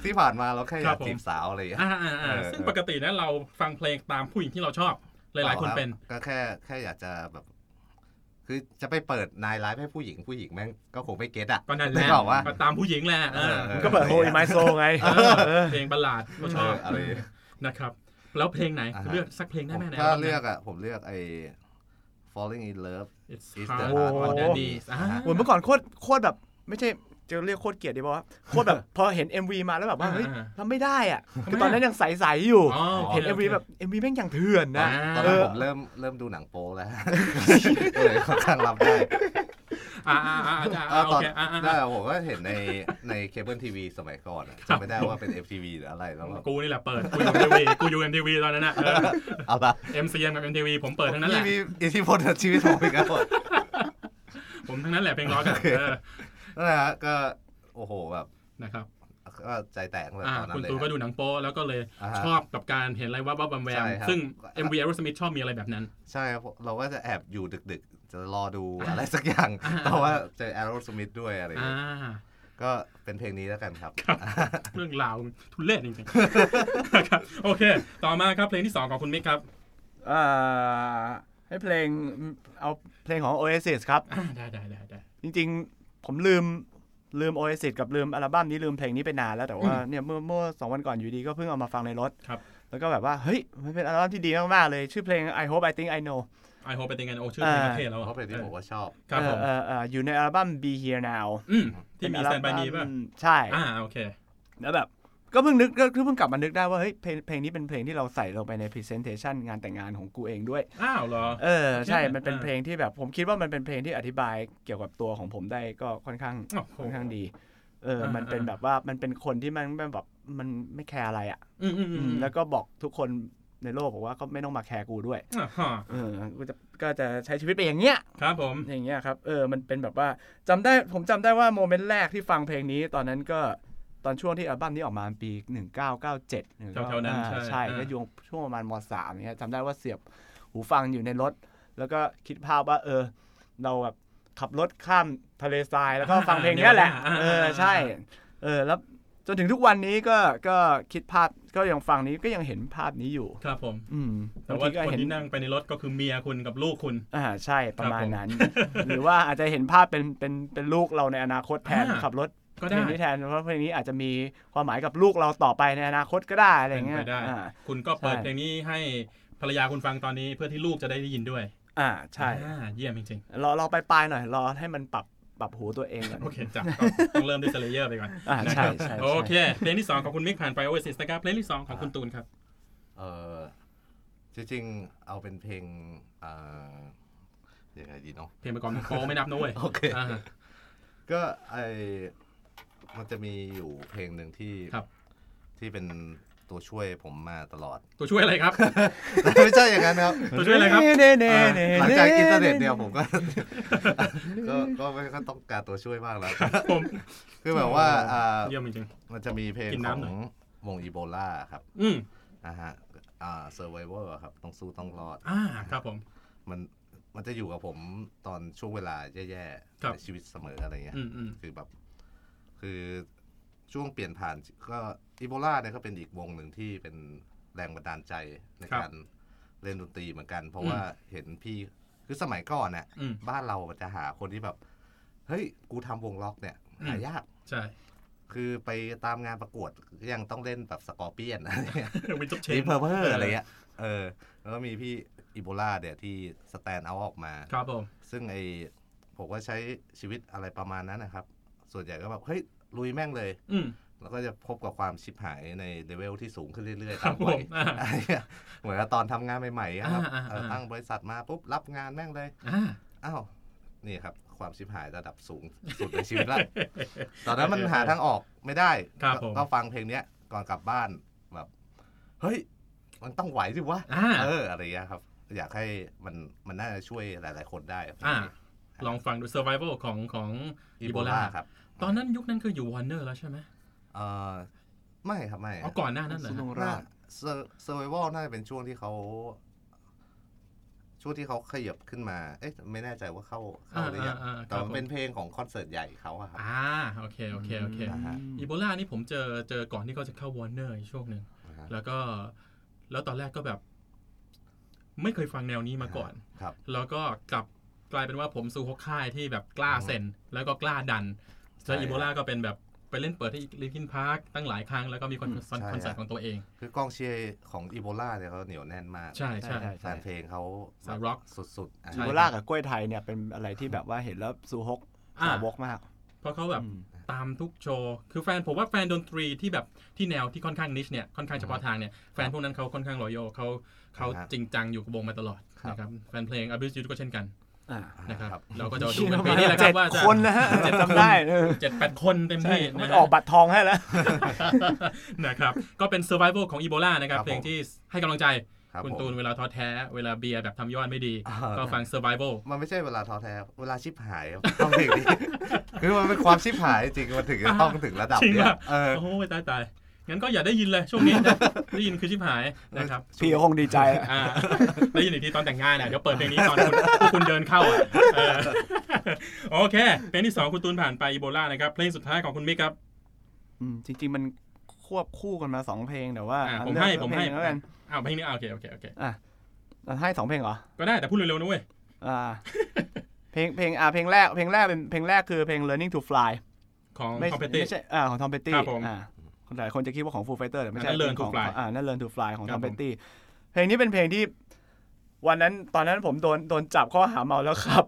Speaker 3: ที่ผ่านมาเราแค่อยา
Speaker 2: ครั
Speaker 3: ก
Speaker 2: บผม
Speaker 3: จีบสาวอะไรอย่างเงี้ย
Speaker 2: อ่าอ่าอ่า
Speaker 3: เออ
Speaker 2: ซึ่งปกตินะเราฟังเพลงตามผู้หญิงที่เราชอบ หลาย ๆ คนเป็น
Speaker 3: ก็แค่แค่อยากจะแบบ คือจะไปเปิดนายไลฟ์ให้ผู้หญิงผู้หญิงแม่งก็คงไม่เก็ตอ่ะ
Speaker 2: ก็นั่นแหละ
Speaker 3: นึกออกปะ
Speaker 2: ก็ตามผู้หญิงแหละเออ
Speaker 3: เออ
Speaker 4: ก็เปิดโฮยไมโซไง
Speaker 2: เออเพลงบัลลาดก็ช
Speaker 3: เอ
Speaker 2: อบ
Speaker 3: ออะไรอย่างเงี้ย
Speaker 2: นะครับ แล้วเพลงไหน
Speaker 3: อ่าฮะ
Speaker 2: เลือกสักเพลงได้
Speaker 3: ผม
Speaker 2: ไหมไหน
Speaker 3: ถ้า
Speaker 2: ลงไหน
Speaker 3: เลือกอ่ะ ผมเลือกไอ้ falling in love
Speaker 2: It's
Speaker 3: is the
Speaker 2: hard
Speaker 3: hard
Speaker 2: on
Speaker 3: on
Speaker 2: the
Speaker 3: the
Speaker 4: Dandy
Speaker 2: knees
Speaker 3: knees
Speaker 2: อ่า
Speaker 4: โอ้ยเมื่อก่อนโคตรโคตรแบบ ไม่ใช่จะเรียกโคตรเกลียดดีป่าวะโคตรแบบ พอเห็น MV มาแล้วแบบว่าเฮ้ย
Speaker 2: อ่า
Speaker 4: ทำไม่ได้อ่ะคือตอนนั้นยังใสๆอยู่
Speaker 2: อ๋อโค
Speaker 4: เห็น
Speaker 2: โค
Speaker 4: MV แบบ MV แม่งอย่างเถื่อนนะ
Speaker 2: อ่า
Speaker 3: ตอนนั้นผมเริ่มเริ่มดูหนังโป๊แล้ว เลยค่อนข้างรับได้
Speaker 2: อ่าอ่าอ่าอ่า
Speaker 3: เอ
Speaker 2: อ่า
Speaker 3: อ
Speaker 2: โอ
Speaker 3: ตอน
Speaker 2: เคอ่าอ่า
Speaker 3: นั่นแหละผมก็เห็นในในเคเบิลทีวีสมัยก่อนอะจำไม่ได้ว่าเป็น FTV หรืออะไรแล้วแบบ
Speaker 2: กูนี่แหละเปิด กูอยู่เอ็มทีวีกูอยู่เอ็มทีวีตอนนั้นนะ
Speaker 3: เอาละ
Speaker 2: เอ็มซีเอ็มกับเอ็มทีวีผมเปิดทั้งนั้นแห
Speaker 3: นี่
Speaker 2: ละ
Speaker 3: มีอิทธิพลต่อชีวิตผมอีกแล้ว
Speaker 2: ผมทั้งนั้นแหละเพลงร็อกอะเออ
Speaker 3: นั่นแหละฮะก็โอ้โหแบบ
Speaker 2: นะครับ
Speaker 3: ก็ใจแตกตั้งแต่
Speaker 2: อ่า
Speaker 3: ตอนนั้
Speaker 2: คุ
Speaker 3: น
Speaker 2: ณ
Speaker 3: เลย
Speaker 2: ตูนก็
Speaker 3: ฮะ
Speaker 2: ดูหนังโป๊แล้วก็เลย
Speaker 3: อ่าฮะ
Speaker 2: ชอบกับการเห็นอะไรว่าว่าบแวม
Speaker 3: ใช่ครับ
Speaker 2: ซึ่ง MV Aerosmith ชอบมีอะไรแบบนั้น
Speaker 3: ใช่ครับเราก็จะแอบอยู่ดึกๆ จะรอดูอะไรสักอย่างเพราะว่าเจอแอโรสมิธด้วยอะไรอย่าง
Speaker 2: อ่า
Speaker 3: เงี้ยก็เป็นเพลงนี้แล้วกันครับ
Speaker 2: เรื่องราวทุเรศจริงๆ นะครับโอเค ต่อมาครับเพลงที่ 2 ของคุณมิกครับ
Speaker 4: เอ่อให้เพลงเอาเพลงของ Oasis ครับ
Speaker 2: อ่าได้ได้ได้ได้
Speaker 4: จริงๆ ผมลืมลืม Oasis กับลืมอัลบั้มนี้ลืมเพลงนี้ไปนานแล้วแต่ว่าเนี่ยเมื่อเมื่อสองวันก่อนอยู่ดีก็เพิ่งเอามาฟังในรถ
Speaker 2: ครับ
Speaker 4: แล้วก็แบบว่า เฮ้ย มันเป็นอัลบั้มที่ดีมาก ๆ เลย ชื่อเพลง I Hope I Think I Know
Speaker 2: I hope เป็นยังไงโอ้ชื่อเพลงประเทศแล้วอะ
Speaker 3: เพราะเป็นที่ผมว่าชอบ
Speaker 2: ครับผม
Speaker 4: เอ่อเอ่อเอ่ออยู่ในอัลบั้ม Be Here Now
Speaker 2: อืมที่มี
Speaker 4: เป็อัล
Speaker 2: Stand by
Speaker 4: บั้
Speaker 2: Me ป่ะ
Speaker 4: ใช่
Speaker 2: อ่าโอเค
Speaker 4: แล้วแบบก็เพิ่งนึกก็เพิ่งกลับมานึกได้ว่าเฮ้ยเพลงเพลงนี้เป็นเพลงที่เราใส่ลงไปใน presentation งานแต่งงานของกูเองด้วย
Speaker 2: อ้าวเหรอ
Speaker 4: เออใช่
Speaker 2: ใช่ไหม
Speaker 4: มันเป็น
Speaker 2: อ่า
Speaker 4: เพลงที่แบบผมคิดว่ามันเป็นเพลงที่อธิบายเกี่ยวกับตัวของผมได้ก็ค่อนข้าง
Speaker 2: โอ้โห
Speaker 4: ค่อนข้างดี เออ
Speaker 2: อ่ามั
Speaker 4: มันเป็น
Speaker 2: อ่า
Speaker 4: แบบว่ามันเป็นคนที่มันแบบมันไม่แคร์อะไรอ่ะ
Speaker 2: อืมอืมอื
Speaker 4: อืม
Speaker 2: ม
Speaker 4: แล้วก็บอกทุกคนในโลกบอกว่าก็ไม่ต้องมาแคร์กูด้วย
Speaker 2: อ่าฮะ
Speaker 4: เออกูจะก็จะใช้ชีวิตไปอย่างเงี้ย
Speaker 2: ครับผม
Speaker 4: อย่างเงี้ยครับ เออ มันเป็นแบบว่าจำได้ ผมจำได้ว่าโมเมนต์แรกที่ฟังเพลงนี้ ตอนนั้นก็ตอนช่วงที่อัลบั้มนี้ออกมาปี 1997
Speaker 2: แถวๆนั้นใช่
Speaker 4: ใช่
Speaker 2: อ่า
Speaker 4: ก็อยู่ช่วงประมาณมสามเนี้ยจำได้ว่าเสียบหูฟังอยู่ในรถ แล้วก็คิดภาพว่า เออ เราแบบขับรถข้ามทะเลทรายแล้วก็
Speaker 2: อ่า
Speaker 4: ฟังเพลงเนี้ยแหละ
Speaker 2: อ่าอ่าอ่า
Speaker 4: เออ ใช่ เออ แล้วจนถึงทุกวันนี้ก็ ก็คิดภาพ ก็ยังฟังนี้ก็ยังเห็นภาพนี้อยู่
Speaker 2: ครับผม
Speaker 4: อืม
Speaker 2: แต่ว่า
Speaker 4: บงทีก็
Speaker 2: คน
Speaker 4: เห็
Speaker 2: ที่นั่งไปในรถก็คือเมียคุณกับลูกคุณ
Speaker 4: อ่าใช่ประมาณ
Speaker 2: ครับผม
Speaker 4: นั้น หรือว่าอาจจะเห็นภาพเป็นเป็นเป็นลูกเราในอนาคตแทน
Speaker 2: อ่า
Speaker 4: ขับรถ
Speaker 2: ก็
Speaker 4: เพล
Speaker 2: ได้
Speaker 4: งนี้แทนเพราะเพลงนี้อาจจะมีความหมายกับลูกเราต่อไปในอนาคตก็ได้อะไร
Speaker 2: เป็น
Speaker 4: เงี้
Speaker 2: ไป
Speaker 4: ย
Speaker 2: ได้
Speaker 4: อ่า
Speaker 2: คุณก็เปิด
Speaker 4: ใช่
Speaker 2: เพลงนี้ให้ภรรยาคุณฟังตอนนี้เพื่อที่ลูกจะได้ได้ยินด้วย
Speaker 4: อ่าใช่
Speaker 2: อ่าเยี่ยมจริง
Speaker 4: รอรอไปปลายๆหน่อยรอให้มันปรับปรับหูตัวเองก่อน
Speaker 2: ๆโอเคจับต้องเริ่มด้วยเซเลเยอร์ไปก่อน
Speaker 4: อ่าใช่ใช่
Speaker 2: โอ
Speaker 4: ใช่
Speaker 2: เคเพลงที่สองของคุณมิกผ่านไป Oasis นะครับเพลงที่สองของคุณตูนครับ
Speaker 3: เออจริงๆเอาเป็นเพลงเอ่อยังไงดีเนาะ
Speaker 2: เพลงประกอบหนังโป๊ไม่นับนะเว้ย
Speaker 3: โอเค
Speaker 2: า
Speaker 3: ก็ไอมันจะมีอยู่เพลงหนึ่งที่
Speaker 2: ครับ
Speaker 3: ที่เป็นตัวช่วยผมมาตลอด
Speaker 2: ตัวช่วยอะไรครับ
Speaker 3: ไม่ใช่อย่างนั้นครับ
Speaker 2: ตัวช่วยอะไรครับ
Speaker 4: เน่เน่
Speaker 3: อ่า
Speaker 4: เน่
Speaker 3: หลังจากอินเทอร์เน็ตเนี่ยผมก็ ก็ก็ไม่ค่อยต้องการตัวช่วยมากแล้ว
Speaker 2: ผม
Speaker 3: คือแบบว่าอ่า
Speaker 2: เยี่ยมจริง
Speaker 3: มันจะมีเพลง
Speaker 2: กิน
Speaker 3: ขอ
Speaker 2: น้ำ
Speaker 3: ง
Speaker 2: หน่อย
Speaker 3: วงอีโบลาครับ
Speaker 2: ๆอืม
Speaker 3: นะฮะอ่าเซอร์ไวเวอร์ครับต้องสู้ต้องรอด
Speaker 2: อ่าครับผม
Speaker 3: มันมันจะอยู่กับผมตอนช่วงเวลาแย่
Speaker 2: ครั
Speaker 3: ๆ
Speaker 2: บ
Speaker 3: ในชีวิตเสมออะไรเงี้ย
Speaker 2: อืมอืม
Speaker 3: คือแบบคือช่วงเปลี่ยนผ่านก็อีโบลาเนี่ยก็เป็นอีกวงหนึ่งที่เป็นแรงบันดาลใจในการเล่นดนตรีเหมือนกัน เพราะว่าเห็นพี่คือสมัยก่อนเนี่ย
Speaker 2: อืม
Speaker 3: บ้านเรามันจะหาคนที่แบบ เฮ้ย กูทำวงล็อกเนี่ย
Speaker 2: อืม
Speaker 3: หายาก
Speaker 2: ใช่
Speaker 3: คือไปตามงานประกวดยังต้องเล่นแบบสกอร์เปียน อะไรเงี้ย
Speaker 2: วินจ็อบเช
Speaker 3: ดีเพอร์เพอร์อะไรเงี้ยเออ แล้วก็มีพี่อีโบลาเนี่ยที่สแตนเอาออกมา
Speaker 2: ครับผม
Speaker 3: ซึ่งไอผมก็ใช้ชีวิตอะไรประมาณนั้นนะครับ ส่วนใหญ่ก็แบบเฮ้ยลุยแม่งเลย
Speaker 2: อืม
Speaker 3: แล้วก็จะพบกับความชิบหายในเลเวลที่สูงขึ้นเรื่อยๆ
Speaker 2: ครั
Speaker 3: ตา
Speaker 2: บ
Speaker 3: มวัย
Speaker 2: ผมอ่า
Speaker 3: อะไรเงี้ย เหมือนกับตอนทำงานใหม่ๆอะครับ
Speaker 2: อ่าอ่า
Speaker 3: เออ
Speaker 2: อ่า
Speaker 3: ตั้งบริษัทมาปุ๊บรับงานแม่งเลย
Speaker 2: อ่า
Speaker 3: อ้าว นี่ครับ ความชิบหายระดับสูงสุดในชีวิตละ ตอนนั้นมันหาทางออกไม่ได้
Speaker 2: ครับผม
Speaker 3: ก็ฟังเพลงเนี้ยก่อนกลับบ้านแบบ เฮ้ย มันต้องไหวสิวะ
Speaker 2: อ่า
Speaker 3: เอออะไรเงี้ยครับ อยากให้มันมันน่าจะช่วยหลาย ๆ คนได้ครับ
Speaker 2: อ่า ลองฟังดู survival ของของ
Speaker 3: อี
Speaker 2: Ebola
Speaker 3: โบลาครับ
Speaker 2: ตอนนั้นยุคนั้นคืออยู่ Warner แล้วใช่ไหม
Speaker 3: เอ่อไม่ครับไม่
Speaker 2: อ๋อก่อนหน้านั้นเหรอ
Speaker 4: สู้
Speaker 2: ฮะ
Speaker 4: ต้องร
Speaker 3: น่า
Speaker 4: อด
Speaker 3: เซอร์เซอร์ไวลน่าจะเป็นช่วงที่เขา ช่วงที่เขาขยับขึ้นมา เอ๊ะไม่แน่ใจว่าเข้าเข้าหรือยัง
Speaker 2: อ่าๆๆค
Speaker 3: แต่
Speaker 2: รับผม
Speaker 3: มันเป็นเพลงของคอนเสิร์ตใหญ่เขาอะครับ
Speaker 2: อ่าโอเคโอเคโอเค
Speaker 3: อ่าฮะ
Speaker 2: อีโบลานี่ผมเจอเจอก่อนที่เขาจะเข้า Warner อีกช่วงหนึ่ง
Speaker 3: นะฮะ
Speaker 2: แล้วก็แล้วตอนแรกก็แบบ ไม่เคยฟังแนวนี้มาก่อน
Speaker 3: ครับ
Speaker 2: แล้วก็กลับกลายเป็นว่าผมสู่ฮกค่ายที่แบบกล้าเซ็น แล้วก็กล้าดัน
Speaker 3: ใช่
Speaker 2: แล้วอีโบลาก็เป็นแบบไปเล่นเปิดที่ลิคินพาร์คตั้งหลายครั้ง แล้วก็มีคอนเสิร์ต
Speaker 3: ใช่
Speaker 2: คอนเสิร์ตของตัวเอง
Speaker 3: คือกองเชียร์ของอีโบลาเนี่ยเขาเหนียวแน่นมาก
Speaker 2: ใช่ใช่
Speaker 4: ใช่
Speaker 3: แฟ
Speaker 4: ใช่
Speaker 3: นเพลงเขา
Speaker 2: สายร็อก
Speaker 3: สุดๆอ่ะ
Speaker 2: ใช่
Speaker 4: โบล่ากับกล้วยไทยเนี่ยเป็นอะไรที่แบบว่าเห็นแล้วสูฮก
Speaker 2: อ่า
Speaker 4: สาวกมาก
Speaker 2: เพราะเขาแบบ
Speaker 4: อืม
Speaker 2: ตามทุกโชว์ คือแฟนผมว่าแฟนดนตรีที่แบบที่แนวที่ค่อนข้างนิชเนี่ยค่อนข้างเฉพาะทางเนี่ยแฟนพวกนั้นเขาค่อนข้างรอยโยเขาเขาจริงจังอยู่กับวงมาตลอดนะครับแฟนเพลง Abuse You ก็เช่นกัน
Speaker 4: อ่า
Speaker 2: นะครับ
Speaker 3: ครับ
Speaker 2: เราก็จะดูกันปีนี้แหละครั
Speaker 4: เจ็
Speaker 2: บ
Speaker 4: ด
Speaker 2: ว่าจะ
Speaker 4: คนนะฮะ
Speaker 2: เจ็ด
Speaker 4: จำได้เออ
Speaker 2: เจ็ดแปดคนเต็ม
Speaker 4: ใช่
Speaker 2: ที่
Speaker 4: มัน
Speaker 2: นะ
Speaker 4: ออกบัตรทองให้แล้ว
Speaker 2: นะครับก็เป็น survival ของอีโบลานะครับ
Speaker 3: ครับ
Speaker 2: เพลง
Speaker 3: ผม
Speaker 2: ที่ให้กำลังใจ
Speaker 3: ครับ
Speaker 2: คุณ
Speaker 3: ผม
Speaker 2: ตูนเวลาท้อแท้ เวลาเบียร์แบบทำยอดไม่ดี
Speaker 3: อ่า
Speaker 2: ก็ฟัง survival
Speaker 3: มันไม่ใช่เวลาท้อแท้ครับเวลาชิบหายครับ ต้องเพลงนี้ คือมันเป็นความชิบหายจริงมันถึงจะต้องถึงระดับ
Speaker 2: จริง
Speaker 3: เนี้
Speaker 2: ป่ะ
Speaker 3: ยเออ
Speaker 2: โอ้โหตายตายงั้นก็อย่าได้ยินเลยช่วงนี้ นะได้ยินคือชิบหายนะครับ
Speaker 4: พี่ก็คงดีใจแหละ
Speaker 2: อ่าได้ยินอีกทีตอนแต่งงานอ่ะเดี๋ยวเปิดเพลงนี้ตอนคุณคุณเดินเข้าอ่ะเออโอเคเพลงที่สองคุณตูนผ่านไปอีโบลานะครับเพลงสุดท้ายของคุณมิกครับ
Speaker 4: อืมจริง ๆ มันควบคู่กันมาสองเพลงแต่ว่า
Speaker 2: อ่ะ
Speaker 4: อ่ะ
Speaker 2: ผม
Speaker 4: เลือก
Speaker 2: ให้ผมให้
Speaker 4: เพลงแล้วกัน
Speaker 2: อ้าวเพลงนี้อ่ะโอเคโอเคโอเค
Speaker 4: เราให้สองเพลงเหรอ
Speaker 2: ก็ได้แต่พูดเร็วๆนะเว้ย
Speaker 4: อ่า เพลงเพลงอ่าเพลงแรกเพลงแรกเป็นเพลงแรกคือเพลง learning to fly
Speaker 2: ของ
Speaker 4: ไม่
Speaker 2: คอมเพต
Speaker 4: ไม่ใช่อ่าของ Tom Petty
Speaker 2: ครับผม
Speaker 4: อ่าคนหลายคนจะคิดว่าของ Foo Fighter แต่ไม่ใช่
Speaker 2: อันนั้น Learn to
Speaker 4: ของ
Speaker 2: Fly
Speaker 4: อ่านั่น Learn to Fly ของ
Speaker 2: ครับ
Speaker 4: Tom
Speaker 2: ผม
Speaker 4: Petty เพลงนี้เป็นเพลงที่ วันนั้นตอนนั้นผมโดนโดนจับข้อหาเมาแล้วครับ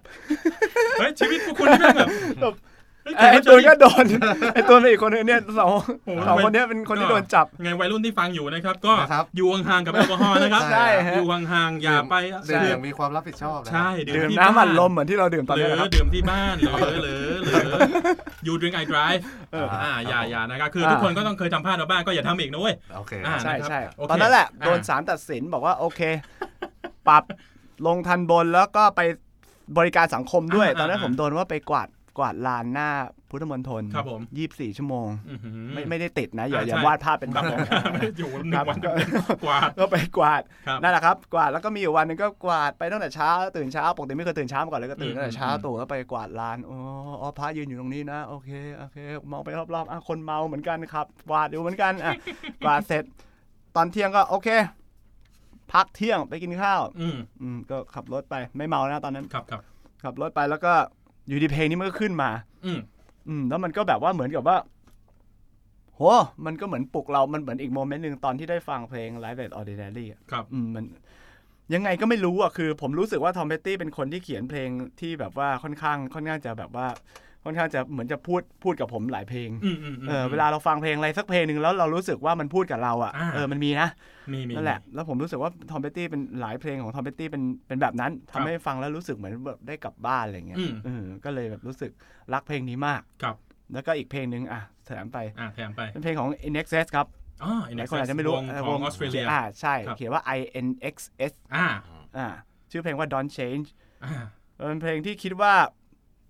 Speaker 2: เฮ้ยชีวิตพวกคุณนี่แม่งแบบ
Speaker 4: แบบ
Speaker 2: เฮ้ย
Speaker 4: ไอ้ไอ้ตัวก็โดน ไอ้ตัวเป็นอีกคนนึงเนี่ยสอง
Speaker 2: โอ้โห
Speaker 4: สอง
Speaker 2: ทำไม
Speaker 4: คนเนี้ยเป็นคนที่
Speaker 2: ก็
Speaker 4: โดนจับ
Speaker 2: ไงวัยรุ่นที่ฟังอยู่นะครับ ก็
Speaker 3: นะครับ
Speaker 2: อยู่ห่างๆกับแอลกอฮอล์นะครับ
Speaker 3: ใช่
Speaker 4: ฮะ
Speaker 2: อยู่ห่างๆอย่าไป
Speaker 3: เดื่มอย่างมีความรับผิดชอบนะ
Speaker 2: ใช่ดื่
Speaker 4: ดื่
Speaker 2: ม
Speaker 4: ม
Speaker 2: ที่
Speaker 4: น้ำอัดล
Speaker 2: บ้า
Speaker 4: มเหมือนที่เราดื่มตอน
Speaker 2: หรื
Speaker 4: นี้
Speaker 2: อ
Speaker 4: นะครับ
Speaker 2: ดื่มที่บ้านหรือหรือห รือยูดื่มไอดราย
Speaker 4: เอออ่
Speaker 2: อ่าอย่าอย่านะครับคือ
Speaker 4: อ่า
Speaker 2: ทุกคนก็ต้องเคยทำพลาดมาบ้างก็อย่าทำอีกนะเว้ย
Speaker 3: โอเค
Speaker 2: อ่า
Speaker 4: ใช่
Speaker 2: นะครับ
Speaker 4: ใช่
Speaker 2: โอเค
Speaker 4: ตอนนั้นแหละ
Speaker 2: อ่า
Speaker 4: โดนศาลตัดสินบอกว่าโอเค ปรับลงทันบนแล้วก็ไปบริการสังคมด้วย ตอนนั้นผมโดนว่าไปกวาดกวาดลานหน้าพุทธมณฑล
Speaker 2: ครับผม
Speaker 4: ยี่สิบสี่ชั่วโมง
Speaker 2: อื้อหือ
Speaker 4: ไม่ไม่ได้ติดนะ อย่า
Speaker 2: อ่า
Speaker 4: อย่า
Speaker 2: ใช่
Speaker 4: วาดภาพเป็
Speaker 2: ค
Speaker 4: นแบ
Speaker 2: รับผม
Speaker 4: บ
Speaker 2: ไม่ได้อยู่หนึ่งวันเต็มๆกว่า
Speaker 4: ก็ไปกวาด
Speaker 2: ครับ
Speaker 4: นั่นแหละครับ กวาดแล้วก็มีอยู่วันหนึ่งก็กวาดไปตั้งแต่เช้า ตื่นเช้าปกติไม่เคยตื่นเช้ามาก่อนเลยก็ตื่น
Speaker 2: อืม
Speaker 4: ตั้งแต่เช้า
Speaker 2: อืม
Speaker 4: ตู่ก็ไปกวาดลานอ๋ออ๋อพระยืนอยู่ตรงนี้นะโอเคโอเค มองไปรอบๆอ่ะคนเมาเหมือนกันครับกวาดอยู่เหมือนกันอ่ะ กวาดเสร็จ ตอนเที่ยงก็โอเค พักเที่ยงไปกินข้าว
Speaker 2: อืม
Speaker 4: อืมก็ขับรถไปไม่เมานะตอนนั้น
Speaker 2: ครับครับ
Speaker 4: ขับรถไปแล้วก็อยู่ดีเพลงนี้มันก็ขึ้นมา
Speaker 2: อืม
Speaker 4: อืมแล้วมันก็แบบว่าเหมือนกับว่า โห มันก็เหมือนปลุกเรา มันเหมือนอีกโมเมนต์หนึ่งตอนที่ได้ฟังเพลง Live at Ordinary อ่ะ
Speaker 2: ครับ
Speaker 4: อืมมัน ยังไงก็ไม่รู้อ่ะ คือ ผมรู้สึกว่าทอมเ e ตตี้เป็นคนที่เขียนเพลงที่แบบว่าค่อนข้าง ค่อนข้างจะแบบว่า ค่อนข้างจะเหมือนจะพูด พูดกับผมหลายเพลง
Speaker 2: อืมอืมม
Speaker 4: เออ เวลาเราฟังเพลงอะไรสักเพลงหนึ่งแล้วเรารู้สึกว่ามันพูดกับเราอ่ะ
Speaker 2: อ่า
Speaker 4: เออ มันมีนะ
Speaker 2: มีมี
Speaker 4: นั่นแหละ แล้วผมรู้สึกว่าทอมเ e ตตี้เป็นหลายเพลงของทอมเ e ตตี้เป็นเป็นแบบนั้น
Speaker 2: ค
Speaker 4: ทำ
Speaker 2: รับ
Speaker 4: ให้ฟังแล้วรู้สึกเหมือนแบบได้กลับบ้านอะไรเงี้ย
Speaker 2: อืม
Speaker 4: เออก็เลยแบบรู้สึกรักเพลงนี้มาก
Speaker 2: ครับ
Speaker 4: แล้วก็อีกเพลงหนึ่งอ่ะแถมไป
Speaker 2: อ่าแถมไป
Speaker 4: เป็นเพลงของ NXS ครับ
Speaker 2: อ๋อ
Speaker 4: หลายคนอาจจะไม่รู้
Speaker 2: วง
Speaker 4: เว
Speaker 2: ของออสเตรเลีย
Speaker 4: อ่าใช่
Speaker 2: ครับ
Speaker 4: เขียนว่า INXS
Speaker 2: อ่า
Speaker 4: อ่าชื่อเพลงว่า Don't Change
Speaker 2: อ่า
Speaker 4: เออเป็นเพลงที่คิดว่า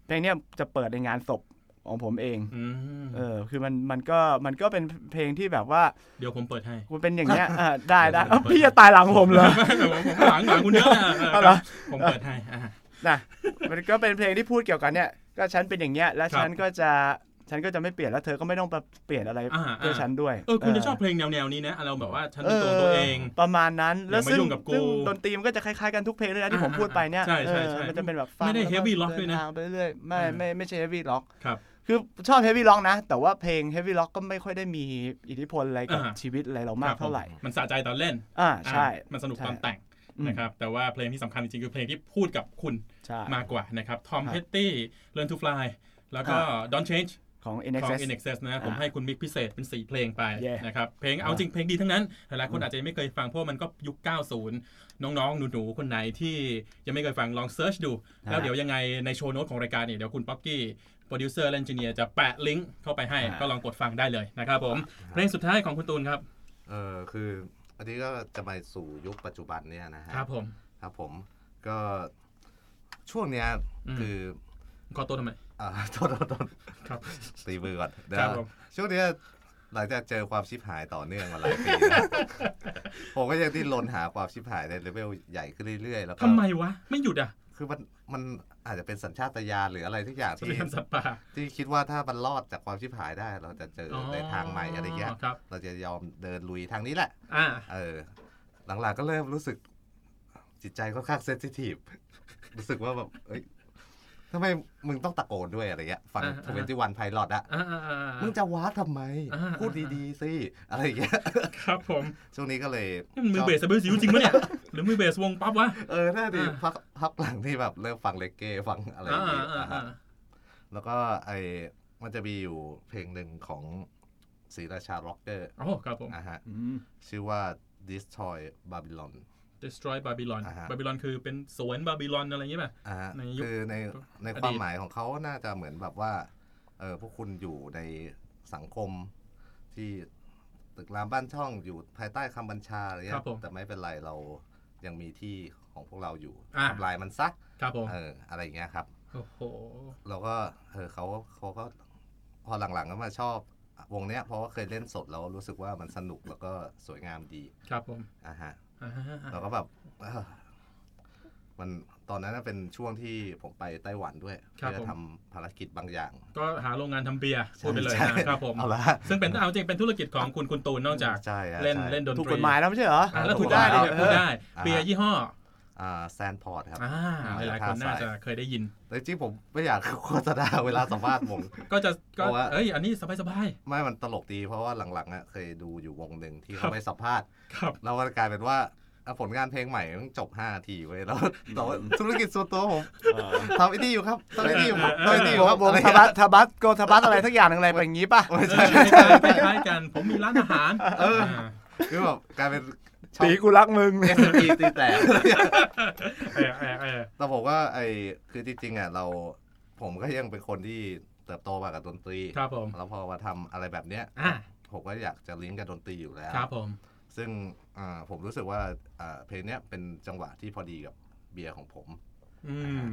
Speaker 4: เพลงเนี้ยจะเปิดในงานศพของผมเอง
Speaker 2: อืม
Speaker 4: เออคือมันมันก็มันก็เป็นเพลงที่แบบว่า
Speaker 2: เดี๋ยวผมเปิดให้
Speaker 4: มันเป็นอย่างเงี้ยอ่าได้ ได้เอ้าพี่จะตายหลังผมเหรอ
Speaker 2: ผมหลังหลังคุณเยอะนะเออ
Speaker 4: เอาเหรอ
Speaker 2: ผมเปิดให้อ่า
Speaker 4: นะมันก็เป็นเพลงที่พูดเกี่ยวกันเนี่ย ก็ฉันเป็นอย่างเงี้ยแล้ว
Speaker 2: ครับ
Speaker 4: ฉันก็จะฉันก็จะไม่เปลี่ยนแล้วเธอก็ไม่ต้องมาเปลี่ยนอะไร
Speaker 2: อ่าอ่า
Speaker 4: เพื่อฉันด้วย
Speaker 2: เออคุณจะ
Speaker 4: เ
Speaker 2: ชอบเพลงแนวๆนี้นะเราแบบว่าฉันเป็นตัวตัวเอง
Speaker 4: ประมาณนั้น
Speaker 2: อย่า
Speaker 4: แล้ว
Speaker 2: มา
Speaker 4: ซึ่ง
Speaker 2: ยุ่งกับกู
Speaker 4: ซึ่งดนตรีมันก็จะคล้ายๆกันทุกเพลงเลยนะที่ผม
Speaker 2: อ่า
Speaker 4: พูดไปเนี่ย
Speaker 2: ใช่ใช่
Speaker 4: เออ
Speaker 2: ใช่
Speaker 4: มันจะเป็นแบบฟัง
Speaker 2: ไม่ได้
Speaker 4: แว
Speaker 2: heavy rock ด้วยนะ
Speaker 4: เทางไปเรื่อยๆไม่
Speaker 2: อ่า
Speaker 4: ไม่ไม่ใช่เฮฟวี่ล็อก
Speaker 2: ครับ
Speaker 4: คือชอบเฮฟวี่ล็อกนะ แต่ว่าเพลงเฮฟวี่ล็อกก็ไม่ค่อยได้มีอิทธิพลอะไรกับ
Speaker 2: อ่า
Speaker 4: ชีวิตอะไรเรามากเท่าไหร่
Speaker 2: มันสะใจตอนเล่น
Speaker 4: อ่าใช่
Speaker 2: อ่ะมันสนุก
Speaker 4: ใช่
Speaker 2: ตอนแต่งนะครับแต่ว่าเพลงที่สำคัญจริงๆ คือเพลงที่พูดกับคุณ
Speaker 4: ใช่
Speaker 2: มากกว่านะครับ Tom Petty Learn to Fly แล้วก็ Don't Change
Speaker 4: ของ
Speaker 2: ของ
Speaker 4: NXS
Speaker 2: i n x s นะ
Speaker 4: อ่ะ
Speaker 2: ผมให้คุณมิกพิเศษเป็น 4 เพลงไป
Speaker 4: Yeah
Speaker 2: นะครับ เพลงเอาจริงเพลงดีทั้งนั้น หลายๆคนอาจจะยังไม่เคยฟังเพราะมันก็ยุค 90 น้องๆ หนูๆ คนไหนที่ยังไม่เคยฟังลองเซิร์ชดู
Speaker 4: นะ
Speaker 2: แล้วเดี๋ยวยังไงในโชว์โน้ตของรายการเนี่ยเดี๋ยวคุณป๊อกกี้โปรดิวเซอร์และเอนจิเนียร์จะแปะลิงก์เข้าไปให้
Speaker 4: อ่ะ
Speaker 2: ก็ลองกดฟังได้เลยนะครับผมเพลงสุดท้ายของคุณตูนครับ
Speaker 3: เออคือ อันนี้ก็จะมาสู่ยุคปัจจุบันเนี่ยนะฮะ
Speaker 2: ครับผม
Speaker 3: ครับผมก็ช่วงเนี้ย
Speaker 2: อืม
Speaker 3: คือ
Speaker 2: ขอตัวทำไม
Speaker 3: อ่า โทษโทษโทษ
Speaker 2: ครับ
Speaker 3: ตีมือก่อนนะครับ
Speaker 2: ผม
Speaker 3: ช่วงเนี้ยหลังจากเจอความชิบหายต่อเนื่องมาหลายปี นะ ผมก็ยังดิ้นรนหาความชิบหายในเลเวลใหญ่ขึ้นเรื่อยๆแล้วก็
Speaker 2: ทำไมวะไม่หยุดอ่ะ
Speaker 3: คือมันมันอาจจะเป็นสัญชาตญาณหรืออะไรทุกอย่าง
Speaker 2: ส
Speaker 3: ที่
Speaker 2: เปียนสปา
Speaker 3: ที่คิดว่าถ้ามันรอดจากความชิบหายได้ เราจะเจออในทางใหม่อะไรเงี้ย
Speaker 2: ครับ
Speaker 3: เราจะยอมเดินลุยทางนี้แหละ
Speaker 2: อ่า
Speaker 3: เออ หลังๆก็เริ่มรู้สึก จิตใจค่อนข้างเซนซิทีฟ รู้สึกว่าแบบเอ้ยทำไมมึงต้องตะโกนด้วยอะไรเงี้ยฟัง
Speaker 2: อ่า
Speaker 3: ท
Speaker 2: อ่า
Speaker 3: เวนตี้วันไพลอตอะ
Speaker 2: อ่าอ่าอ่า
Speaker 3: มึงจะว้าทำไม
Speaker 2: อ่า
Speaker 3: พูดดีๆสิอะไรเงี้ย
Speaker 2: ครับผม
Speaker 3: ช่วงนี้ก็เลย
Speaker 2: นี่มันมือ
Speaker 3: ชบ
Speaker 2: เบสเบสจิ๋วจริงปะเนี่ย หรือมือเบสวงปั๊บวะ
Speaker 3: เออน่าดี
Speaker 2: อ่า
Speaker 3: พักพักหลังที่แบบเริ่มฟังเลเก้ฟังอะไรอ
Speaker 2: อ่า
Speaker 3: ย่างงี้
Speaker 2: อ่า
Speaker 3: อ่า
Speaker 2: อ่า
Speaker 3: ฮะ แล้วก็ไอมันจะมีอยู่เพลงหนึ่งของศรีราชาร็อกเกอร์
Speaker 2: โอ้ครับผม
Speaker 1: Mm-hmm.
Speaker 3: นะฮะ
Speaker 4: อืม
Speaker 3: ชื่อว่า Destroy Babylon
Speaker 2: destroy Babylon
Speaker 3: อ่าฮะ
Speaker 2: Babylon คือเป็นสวนบาบิลอนอะไรอย่างนี้ป่ะ
Speaker 3: อ่าฮะ
Speaker 2: ในยุค
Speaker 3: คือในใน
Speaker 2: อดีต
Speaker 3: ความหมายของเขาน่าจะเหมือนแบบว่าเออพวกคุณอยู่ในสังคมที่ตึกรามบ้านช่องอยู่ภายใต้คำบัญชาอะไรเงี้
Speaker 2: ครั
Speaker 3: ย
Speaker 2: บผม
Speaker 3: แต่ไม่เป็นไรเรายังมีที่ของพวกเราอยู่
Speaker 2: อ่า
Speaker 3: ทำลายมันซะ
Speaker 2: ครับผม
Speaker 3: เอออะไรอย่างเงี้ยครับ
Speaker 2: โอ้โห
Speaker 3: เราก็เออเขาเขาก็พอหลังๆก็มาชอบวงเนี้ยเพราะว่าเคยเล่นสดแล้วรู้สึกว่ามันสนุกแล้วก็สวยงามดี
Speaker 2: ครับผม
Speaker 3: อ่ะฮะ
Speaker 2: อ่าฮะ
Speaker 3: เราก็แบบเอ้อมันตอนนั้นนะเป็นช่วงที่ผมไปไต้หวันด้วยเพื่อทำภารกิจบางอย่าง
Speaker 2: ก็หาโรงงานทำเบียร์พูดไปเลย
Speaker 3: ใช่
Speaker 2: นะครับผม
Speaker 3: เอาละ
Speaker 2: ซึ่งเป็นเอาจริงเป็นธุรกิจของคุณคุณตูนนอกจาก
Speaker 3: ใช่ฮะ
Speaker 2: เล่น
Speaker 3: ใช่
Speaker 2: เล่นดนตรี
Speaker 4: ถูกกฎหมายแล้วไม่ใช่เหรอ
Speaker 2: อ่ะแล้ว
Speaker 3: ถู
Speaker 2: ถู
Speaker 3: ก
Speaker 2: ก
Speaker 3: กฎ
Speaker 2: ได้
Speaker 3: หมาย
Speaker 2: ดิครับถูกได้
Speaker 3: อ่า
Speaker 2: เบียร์ยี่ห้อ
Speaker 3: อ่าแซนพอร์ตครับ
Speaker 2: อ่าหลายๆคนน่าจะเคยได้ยิน
Speaker 3: แต่จริงๆผมไม่อยากโฆษณาเวลาสัมภาษณ์วง
Speaker 2: ก็จะก็
Speaker 3: เพราะว่า
Speaker 2: เอ้ยอันนี้สบาย
Speaker 3: ไม่มันตลกดี เพราะว่าหลังๆอ่ะเคยดูอยู่วงหนึ่งที่เขาไปสัมภาษณ์
Speaker 2: ๆครับ
Speaker 3: แล้วมันกลายเป็นว่าอ่ะผลงานเพลงใหม่มันจบ5นาทีเว้ยแล้วแต่ว่าธุรกิจส่วนตัวผมทำไอ้นี่อยู่ครับทำไอ้นี่อยู่ครับทำไอ้นี่อยู่ครับ
Speaker 4: วง
Speaker 3: อะไร
Speaker 4: ท
Speaker 3: เงี้ย
Speaker 4: บัสทบัสโกทบัสอะไรทักอย่างหนึ่งอะไรแบบนี้ป่ะ
Speaker 3: ไม่
Speaker 2: เอ
Speaker 3: ใช่
Speaker 2: อคล้ายๆคล้ายๆกัน ผมมีร้านอาหารา
Speaker 3: คือแบบกลายเป็นช่อง
Speaker 4: ตีกูรักมึง
Speaker 3: เอสตีตีแตก
Speaker 2: เออเออเออ
Speaker 3: แต่ผมว่าไอ้คือจริงๆอ่ะเราผมก็ยังเป็นคนที่เติบโตมากับดนตรี
Speaker 2: ครับผม
Speaker 3: แล้วพอมาทำอะไรแบบเนี้ย
Speaker 2: อ่ะ
Speaker 3: ผมก็อยากจะลิงก์กับดนตรีอยู่แล้ว
Speaker 2: ครับผม
Speaker 3: ซึ่งอ่าผมรู้สึกว่าอ่าเพลงเนี้ยเป็นจังหวะที่พอดีกับเบียร์ของผม
Speaker 2: อืม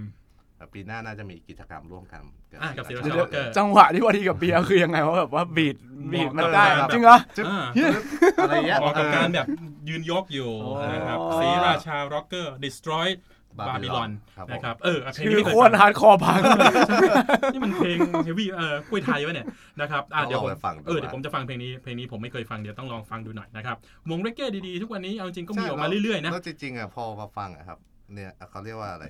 Speaker 3: แต่ปีหน้าน่าจะมีกิจกรรมร่วมกัน
Speaker 2: อ่ะกับศิลปะ
Speaker 3: ศิล
Speaker 2: โอเค
Speaker 3: ปะ
Speaker 4: จังหวะที่พอดีกับเบียร์คือยังไงว่าแบบว่าบีดบีดมันได้
Speaker 3: เหมาะกับ
Speaker 4: จริงเหรอ
Speaker 3: จึ๊บ
Speaker 2: อ่า
Speaker 3: จึ๊บอะไรเงี้ย
Speaker 2: เหมาะกับ
Speaker 3: เออ
Speaker 2: การแบบยืนยกอยู่
Speaker 4: โอ้
Speaker 2: นะครับสีราชาร็อกเกอร์ destroy Babylon
Speaker 3: Babylon
Speaker 2: นะค
Speaker 3: ครั
Speaker 2: รับ
Speaker 3: ผม
Speaker 2: บเออเพลง
Speaker 4: คื
Speaker 2: นี้
Speaker 4: อ
Speaker 2: ไม่เค
Speaker 4: โค
Speaker 2: ย
Speaker 4: ต
Speaker 2: ฟั
Speaker 4: ร
Speaker 2: ง
Speaker 4: ฮาร์ดคอร์พัง
Speaker 2: นี่มันเพลงเฮฟวี่เออกล้วยไทยวะเนี่ยนะครับอ่ะ
Speaker 3: ต้อง
Speaker 2: เดี๋ยวผ
Speaker 3: ลอง
Speaker 2: ม
Speaker 3: ไปฟังดู
Speaker 2: เออเดี๋ยว
Speaker 3: นะ
Speaker 2: ผมจะฟังเพลงนี้เพลงนี้ผมไม่เคยฟังเดี๋ยวต้องลองฟังดูหน่อยนะครับวงเรเก้ดีๆ ทุกวันนี้เอาจริงก็มีออกมาเรื่อยๆนะ
Speaker 3: แล้วจริงๆอ่ะพอมาฟังอ่ะครับ เนี่ยเขาเรียกว่าอะไร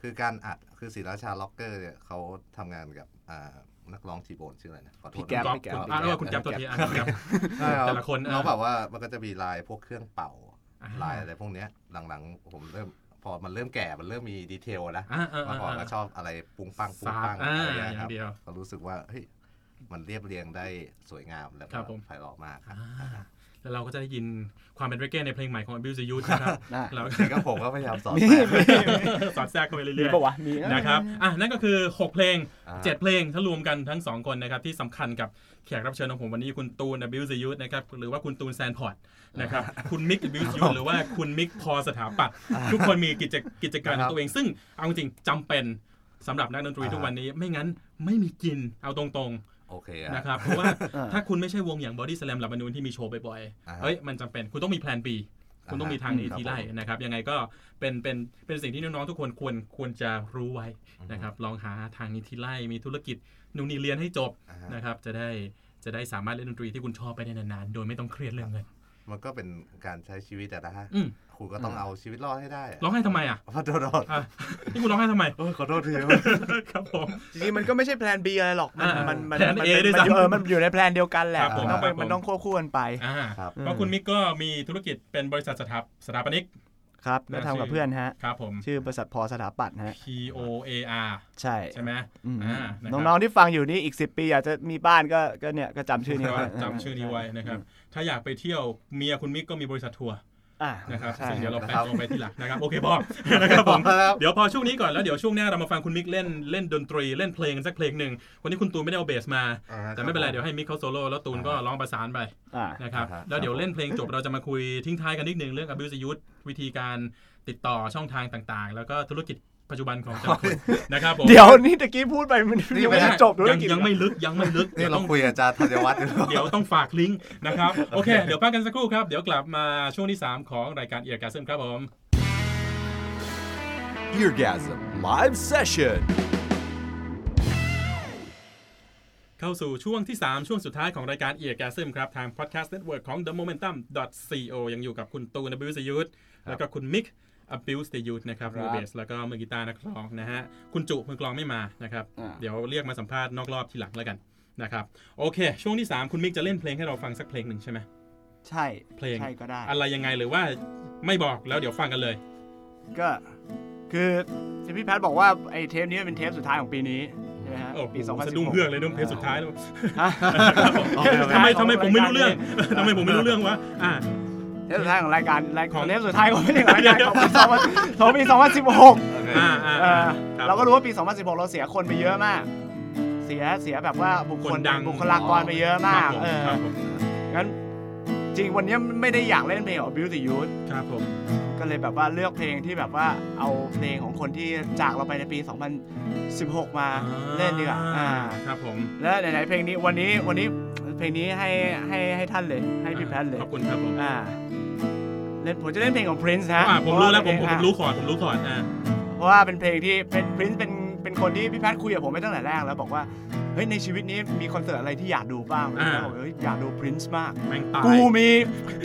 Speaker 3: คือการอัดคือศิลาชาล็อกเกอร์เนี่ยเขาทำงานกับอ่านักร้องทีโบนชื่ออะไรนะขอโทษ
Speaker 4: พี่แก๊ป
Speaker 2: ก๊อฟคุณ
Speaker 3: นะ
Speaker 2: อ่ะแล้วก็คุณแก๊ปตัวทีอ่ะคุณแก๊ป
Speaker 3: ใช่รับ
Speaker 2: แต่ละคนอ่ะ
Speaker 3: เราแบบว่ามันก็จะมีลายพวกเครื่องเป่า
Speaker 2: อ่ะ
Speaker 3: ลายอะไรพวกเนี้ยหลังๆ ผมเริ่มพอมันเริ่มแก่มันเริ่มมีดีเทลนะ
Speaker 2: อ่ะอ่ะ
Speaker 3: เมื่อก่อนก็ชอบอะไรปุ้งปังปุ้ง
Speaker 2: สา
Speaker 3: ปั
Speaker 2: ด
Speaker 3: ง
Speaker 2: อ่า
Speaker 3: อะ
Speaker 2: อ
Speaker 3: ไรเงี้ย
Speaker 2: ย่า
Speaker 3: ครั
Speaker 2: ง
Speaker 3: บ
Speaker 2: เดียว
Speaker 3: ก็รู้สึกว่าเฮ้ยมันเรียบเรียงได้สวยงามแล้ว
Speaker 2: ครั
Speaker 3: ก็
Speaker 2: บผม
Speaker 3: ไพเราะมากครับ
Speaker 2: อ่าแล้วเราก็จะได้ยินความเป็นเรเก้ในเพลงใหม่ของ Abuse the Youth นะครับ
Speaker 4: น่ะ
Speaker 2: เราก็
Speaker 3: จริงๆก็ผมก็พยายามสอน
Speaker 4: มี
Speaker 3: แทรก
Speaker 4: มี
Speaker 2: สอดแทรกเข้าไป
Speaker 4: มี
Speaker 2: เรื่อย
Speaker 4: ปะวะมี
Speaker 2: ๆนะครับอ่ะนั่นก็คือ 6 เพลง
Speaker 3: อ่า
Speaker 2: 7 เพลงถ้ารวมกันทั้ง 2 คนนะครับ ที่สำคัญกับแขกรับเชิญของผมวันนี้คุณตูน Abuse the Youth นะครับ หรือว่าคุณตูนแซนพอร์ตนะครับ คุณมิก Abuse the Youth หรือว่าคุณมิกพอสถาปัตย์ทุกคนมีกิจกิจการของตัวเอง ซึ่งเอาจริงๆจำเป็นสำหรับนักดนตรีทุกวันนี้ไม่งั้นไม่มีกินเอาตรงๆ
Speaker 3: โอเค อะ
Speaker 2: นะครับเพราะว่าถ้าคุณไม่ใช่วงอย่าง Body Slam หลับมานูนที่มีโชว์บ่อยๆ
Speaker 3: อ่าฮะ
Speaker 2: เฮ้ยมันจำเป็นคุณต้องมีแพลน B คุณต้องมีทางหนี
Speaker 3: ครับ
Speaker 2: ทีไล่
Speaker 3: ผม
Speaker 2: นะครับ ยังไงก็เป็นเป็นเป็นสิ่งที่น้องๆทุกคนควรควรจะรู้ไว้นะครับ ลองหาทางหนี้ทีไล่มีธุรกิจนูนนี่เรียนให้จบ
Speaker 3: อ่าฮะ
Speaker 2: นะครับ จะได้จะได้สามารถเล่นดนตรีที่คุณชอบไปได้นานๆ โดยไม่ต้องเครียดเรื่องเงิน
Speaker 3: มันก็เป็นการใช้ชีวิตแต่นะฮะ
Speaker 2: อืม
Speaker 3: คุณก็ต้องเอาชีวิตรอดให้ได้ะ
Speaker 2: ร้องไห้ทำไมอ่ะ
Speaker 3: ขอโทษ
Speaker 2: อ่ะ นี่คุณร้องไห้ทำไม
Speaker 3: โอ้ยขอโทษที
Speaker 2: ครับผม
Speaker 4: จริงๆมันก็ไม่ใช่แพลน B อะไรหรอก มัน
Speaker 2: อ่ามั
Speaker 4: มันมัน
Speaker 2: แผน
Speaker 4: มัน
Speaker 2: A ด้วย
Speaker 4: มันอ
Speaker 2: ซ้ำ
Speaker 4: ยู่เออมันอยู่ในแพลนเดียวกันแหละ
Speaker 2: ครับผม
Speaker 4: มันต้อง
Speaker 2: ครับผม
Speaker 4: ไปมันต้องควบคู่กันไป
Speaker 2: อ่า
Speaker 3: ครับ
Speaker 2: เพราะคุณมิกก็มีธุรกิจเป็นบริษัทสถาปสถาปนิก
Speaker 4: ครับแล้วทำกับเพื่อนฮะ
Speaker 2: ครับผม
Speaker 4: ชื่อบริษัทพอสถาปัตย์ฮะ
Speaker 2: P O A R
Speaker 4: ใช่
Speaker 2: ใช่ไหม
Speaker 4: อืม
Speaker 2: อ่าะครับ
Speaker 4: น้องๆที่ฟังอยู่นี่อีก 10 ปีอยากจะมีบ้านก็ก็เนี่ยก็จำชื่อนี้ไว้
Speaker 2: จำชื่อนี้ไว้นะครับ ถ้าอยากไปเที่ยวเมียคุณมิกก็มีบริษัททัวร์
Speaker 4: อ่า
Speaker 2: นะครับ
Speaker 4: ใช่
Speaker 2: ซึ่งเดี๋ยวเราไป
Speaker 3: ครับ
Speaker 2: ลงไปที่หลังนะครับ โอเคพอ นะครับผม
Speaker 3: ครับ
Speaker 2: เดี๋ยวพอช่วงนี้ก่อนแล้วเดี๋ยวช่วงหน้าเรามาฟังคุณมิกเล่นเล่นดนตรีเล่นเพลงกันสักเพลงหนึ่งวันนี้คุณตูนไม่ได้เอาเบสมา
Speaker 3: อ่า
Speaker 2: แต่ไม่เป็นไร เดี๋ยวให้มิกเขาโซโล่แล้วตูนก็ร้องประสานไป
Speaker 4: อ่า
Speaker 2: นะครับ
Speaker 3: ครับ
Speaker 2: แล้วเดี๋ยวเล่นเพลงจบเราจะมาคุยทิ้งท้ายกันนิดนึงเรื่อง abuse youth วิธีการติดต่อช่องทางต่างๆ แล้วก็ธุรกิจปัจจุบันของแต่ละคนนะครับผม
Speaker 4: เดี๋ยวนี่ตะกี้พูดไปมัน
Speaker 3: นี่
Speaker 4: ยัง
Speaker 3: ไม่
Speaker 4: ไม่
Speaker 3: ได้
Speaker 4: ได้จบธุร
Speaker 2: ยัง
Speaker 4: กิจ
Speaker 2: ยังไม่ลึกยังไม่ลึก
Speaker 3: นี่
Speaker 2: เดี๋ยว
Speaker 3: เรา
Speaker 2: ต้อง
Speaker 3: คุยกับอาจารย์ธัญวัฒน์
Speaker 2: เดี๋ยวต้องฝากลิงก์ นะครับ โอเค เดี๋ยวพักกันสักครู่ครับ เดี๋ยวกลับมาช่วงที่ 3 ของรายการเอียร์กาซึมครับผม
Speaker 1: Eargasm Live Session.
Speaker 2: เข้าสู่ช่วงที่ 3 ช่วงสุดท้ายของรายการเอียร์กาซึมครับ ทาง podcast network ของ the momentum co ยังอยู่กับคุณตูนอบิวสยุทธแล้วก็คุณมิกอบิวสยุทธนะครับ
Speaker 3: ครับ
Speaker 2: มือเบสแล้วก็มือกีตาร์นักร้องนะฮะ คุณจุมือกลองไม่มานะครับ เดี๋ยวเรียกมาสัมภาษณ์นอกรอบทีหลังแล้วกันนะครับโอเค ช่วงที่สามคุณมิกจะเล่นเพลงให้เราฟังสักเพลงหนึ่งใช่ไหม
Speaker 4: ใช่
Speaker 2: เพลง
Speaker 4: ใช่ก็ได้
Speaker 2: อะไรยังไงหรือว่าไม่บอกแล้วเดี๋ยวฟังกันเลย
Speaker 4: ก็คือที่พี่แพทย์บอกว่าไอ้เทปนี้เป็นเทปสุดท้ายของปีนี้ใช่ไหมฮะ
Speaker 2: โอ้โห
Speaker 4: ปี2 0 1 6
Speaker 2: สะดุ้งเพือกเลยนุ่มเทปสุดท้ายแล้ว
Speaker 4: ฮะ
Speaker 2: ทำไมทำไมผมไม่รู้เรื่อง ทำไมผมไม่รู้เรื่องวะอ่า
Speaker 4: เทปสุดท้ายของรายการรายของเทปสุดท้ายของไม่ได้ รายการของปี2016
Speaker 3: โอเค
Speaker 2: อ่าอ่า
Speaker 4: เอ
Speaker 2: อ่าคบ
Speaker 4: อเราก็รู้ว่าปี 2016 เราเสียคนไปเยอะมาก เสียเสียแบบว่าบุคค
Speaker 2: ค
Speaker 4: ล
Speaker 2: นดัง
Speaker 4: บุคลากรไปเยอะ
Speaker 2: ครั
Speaker 4: มา
Speaker 2: บ
Speaker 4: ก
Speaker 2: ผม
Speaker 4: เออ
Speaker 2: ครับผม
Speaker 4: งั้นจริงวันนี้ไม่ได้อยากเล่นเพลงของ Beauty to Youth
Speaker 2: ครับผม
Speaker 4: ก็เลยแบบว่าเลือกเพลงที่แบบว่าเอาเพลงของคนที่จากเราไปในปี 2016 มาเล่นดีกว่าอ่า
Speaker 2: ครับผม
Speaker 4: แล้วไหนๆเพลงนี้วันนี้วันนี้เพลงนี้ให้ให้ให้ท่านเลย ให้พี่แพทย์เลย
Speaker 2: ขอบคุณครับผม
Speaker 4: อ่า เล่นผมจะเล่นเพลงของ Prince นะ
Speaker 2: อ่าผมรู้แล้วผมผม
Speaker 4: อ่า
Speaker 2: รู้ขอร์ดผมรู้ขอร์ดอ่า
Speaker 4: เพราะว่าเป็นเพลงที่เป็นพรินซ์เป็นเป็นคนที่พี่แพทย์คุยกับผมไปตั้งแต่แรกแล้วบอกว่าเฮ้ยในชีวิตนี้มีคอนเสิร์ตอะไรที่อยากดูบ้าง
Speaker 2: อ่า
Speaker 4: แล้วผมเฮ้ยอยากดูพรินซ์มาก
Speaker 2: แม่งตาย
Speaker 4: กูมี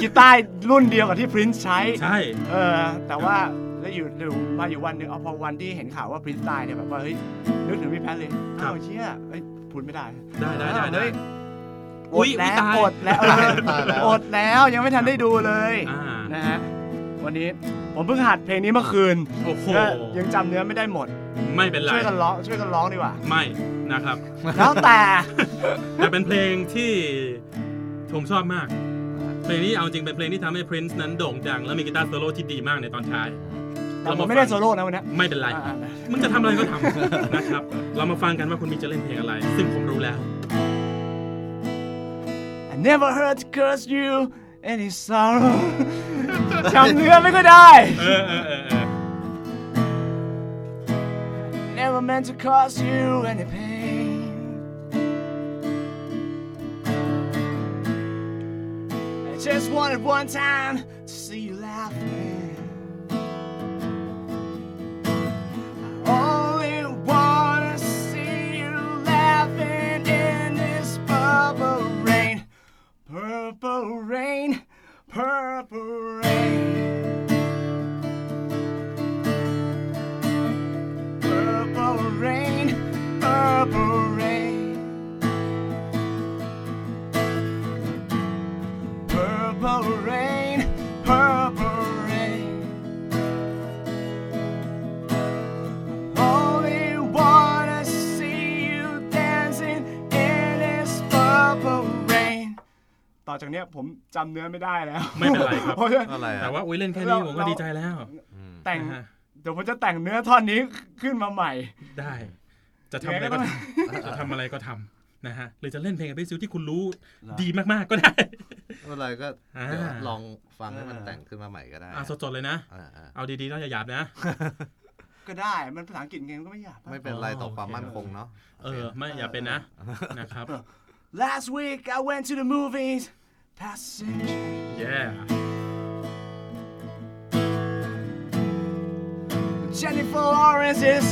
Speaker 4: กีตาร์รุ่นเดียวกับที่พรินซ์ใช้
Speaker 2: ใช่
Speaker 4: เออแต่ว่าแล้วอยู่อยู่มาอยู่วันหนึงเอาพอวันที่เห็นข่าวว่าพรินซ์ตายเนี่ยแบบว่าเฮ้ยนึกถึงพี่แพทย์เลย
Speaker 2: ครับ
Speaker 4: อ้าวเชี่ยเอ้ยพูดไม่ได้
Speaker 2: ได้ได้ได้ได้
Speaker 4: เฮ้ย
Speaker 2: อุ๊
Speaker 4: อย ด
Speaker 2: อุ๊ย
Speaker 4: แล้ว
Speaker 2: ตาย
Speaker 4: อดแล้วเออ
Speaker 3: ตายแล้ว
Speaker 4: อดแล้วยังไม่ทันได้ดูเลย
Speaker 2: อ่า
Speaker 4: นะฮะวันนี้ผมเพิ่งหัดเพลงนี้เมื่อคืน
Speaker 2: โอ้โห
Speaker 4: ก็ยังจำเนื้อไม่ได้หมด
Speaker 2: ไม่เป็นไร
Speaker 4: ช่วยกันร้องช่วยกันร้องดีกว่า
Speaker 2: ไม่นะครับ
Speaker 4: แล้วแต่
Speaker 2: แต่เป็นเพลงที่ผมชอบมาก เพลงนี้เอาจริงเป็นเพลงที่ทำให้ Prince นั้นโด่งดัง และมีกีตาร์โซโล่ที่ดีมากในตอนท้าย
Speaker 4: แต่ผมไม่ได้โซโล่นะวันนี้
Speaker 2: ไม่เป็นไร
Speaker 4: อ่า
Speaker 2: มึงจะทำอะไรก็ทำ นะครับ เรามาฟังกันว่าคุณมีจะเล่นเพลงอะไร ซึ่งผมรู้แล้ว
Speaker 4: ๆ I never heard to curse you any sorrow จำเนื้อไม่ก็ได้
Speaker 2: เออเออเออเออ
Speaker 4: Never meant to cause you any pain I just wanted one time to see you laughing I only wanna see you laughing in this purple rain Purple rain Purple rain Purple rain, purple rain. Purple rain, purple rain. Only wanna see you dancing in this purple rain. ต่อจากเนี้ยผมจำเนื้อไม่ได้แล้ว
Speaker 2: ไม่เป็นไรครับ
Speaker 4: เพาะฉะนั้น
Speaker 3: อะไร
Speaker 2: แต่
Speaker 3: อ่ะ
Speaker 2: ว่าอุ้ยเล่นแค่นี้ผมก็ดีใจแล้ว
Speaker 4: แต่ง
Speaker 2: นะฮะ
Speaker 4: เดี๋ยวผมจะแต่งเนื้อท่อนนี้ขึ้นมาใหม่
Speaker 2: ได้ จะทำอะไรก็ท ำจะทำอะไรก็ทำนะฮะ หรือจะเล่นเพลงกับพี่ซิวที่คุณรู้ดีมากๆก็ได้
Speaker 3: อะไรก็
Speaker 2: อ่า
Speaker 3: เดี๋ยวลองฟังให้มันแต่งขึ้นมาใหม่ก็ได้
Speaker 2: อ่ะสดๆเลยนะ
Speaker 3: อ่าอ่า
Speaker 2: เอาดีๆต้องอย่าหยาบนะ
Speaker 4: ก็ได้ มันภาษาอังกฤษไงมันก็ไม่อยาก
Speaker 3: ไม่เป็นไรต่อความมั่นคงเนาะ
Speaker 2: เออ ไม่อย่าเป็นนะ นะครับ
Speaker 4: Last week I went to the movies. Passenger.
Speaker 2: แย่
Speaker 4: Jennifer Lawrence is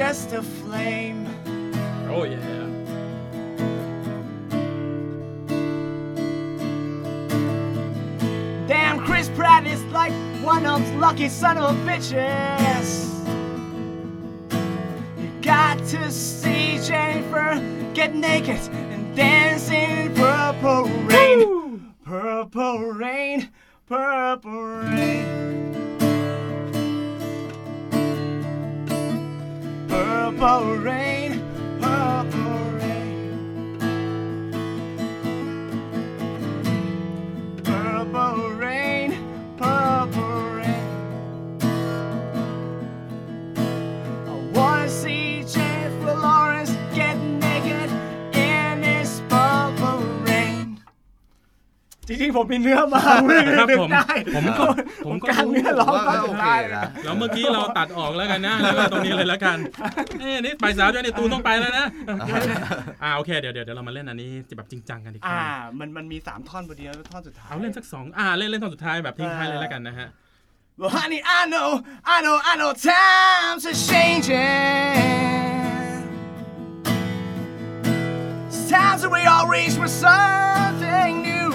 Speaker 4: just a flame.
Speaker 2: โอ้ยแย่
Speaker 4: Damn, Chris Pratt is like one of those lucky son of bitches. You got to see Jennifer get naked and dance in purple rain. Purple rain, purple rain. Purple rain, purple rain. Purple rain, purple rain. I wanna see Jennifer Lawrence get naked in this purple rain. จริงๆ ผมมีเนื้อ มาผมไม่
Speaker 2: ครับ
Speaker 4: นึก
Speaker 2: ผม
Speaker 4: ได้
Speaker 2: ผมก็ผมก็
Speaker 4: กลางเนื้อร้องก็
Speaker 3: ว่าก็โอ
Speaker 4: ถึง
Speaker 3: เค
Speaker 4: ได้
Speaker 3: นะ
Speaker 2: แล้วเมื่อกี้เราตัดออกแล้วกันนะแล้วก็ตรงนี้เลยแล้วกันเอ้ยนี่ไปสาวด้วยนี่ตูนต้องไป แล้วนะ อ่าโอเคเดี๋ยวเดี๋ยวเดี๋ยวเรามาเล่นอันนี้จะแบบจริงจังกันดีก
Speaker 4: อ่า
Speaker 2: ว่า
Speaker 4: มันมันมี 3 ท่อนพอดีแล้วท่อนสุดท้าย
Speaker 2: เอาเล่นสักสองอ่าเล่นเล่นตอนสุดท้ายแบบทิ้งท้ายเลยแล้วกันนะฮะ
Speaker 4: Well, honey, I know, I know, I know times are changing. It's times that we all reach for something new.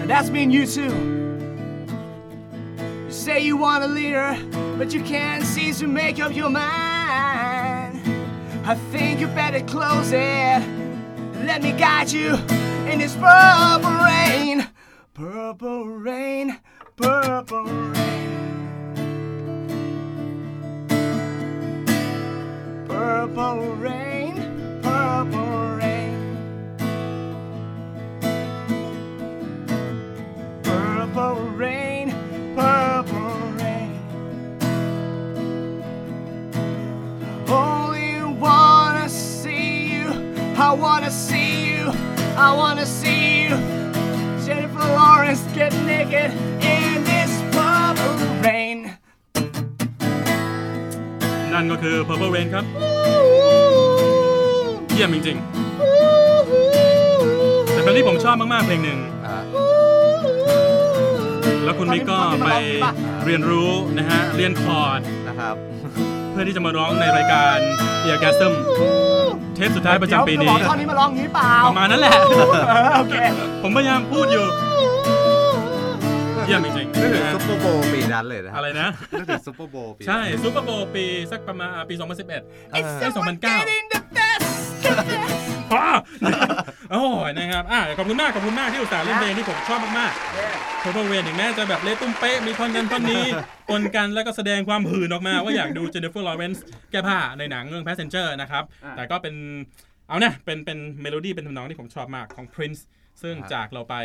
Speaker 4: And that's me and you too. You say you want a leader, but you can't seem to make up your mind. I think you better close it. Let me guide you in this purple rain. Purple rain, purple rain. Purple rain, purple rain. Purple wanna see you. I wanna see you. Jennifer Lawrence get naked in this purple rain.
Speaker 2: นั่นก็คือ Purple Rain ครับ เยี่ยมจริงๆ แต่เพลงที่ผมชอบมากๆ เพลงหนึ่ง
Speaker 3: อ่า
Speaker 2: แล้วคุณมิกก็ไปเรียนรู้นะฮะ เรียนคอร์ด
Speaker 3: นะครับ
Speaker 2: เพื่อที่จะมาร้องในรายการเอียร์แกสมเทปสุดท้ายประจำปีนี้
Speaker 4: เดี๋ยวจะบอกท่อนนี้มาลองงี้เปล่า
Speaker 2: ประมาณนั้นแหละ
Speaker 4: เออโอเค
Speaker 2: ผมพยายามพูดอยู่ เยี่ยมจริงๆ
Speaker 3: นึกถึ
Speaker 2: นะ
Speaker 3: ง
Speaker 2: ฮะ
Speaker 3: ซุปเปอร์โบว์ปีนั้นเลยนะคบ
Speaker 2: อะไรนะ
Speaker 3: นึกถึงซุปเปอร์โบว์ปีนั้น
Speaker 2: ใช่ซูเปอร์โบว์ปีสักประมาณปี 2011เ
Speaker 3: เออ
Speaker 2: อ้ย2009 อ้า โอ้ยนะครับอ่ะขอบคุณมาก ขอบคุณมากที่อุตส่าห์เล่นเพลงที่ผมชอบมากๆโทรเวนถึงแม้จะแบบเละตุ้มเป๊ะ มีท่อนกันท่อนนี้ปนกันแล้วก็แสดงความหื่นออกมาว่าอยากดูเจเน f เฟอร์ลอเรนซ์แก้ผ้าในหนังเรื่อง Passenger นะครับ
Speaker 4: อ่ะ
Speaker 2: แต่ก็เป็น เอานะเป็นเป็นเมโลดี้เป็นทำนองที่ผมชอบมากของ Prince ซึ่ง
Speaker 3: อ่ะ
Speaker 2: จากเราไป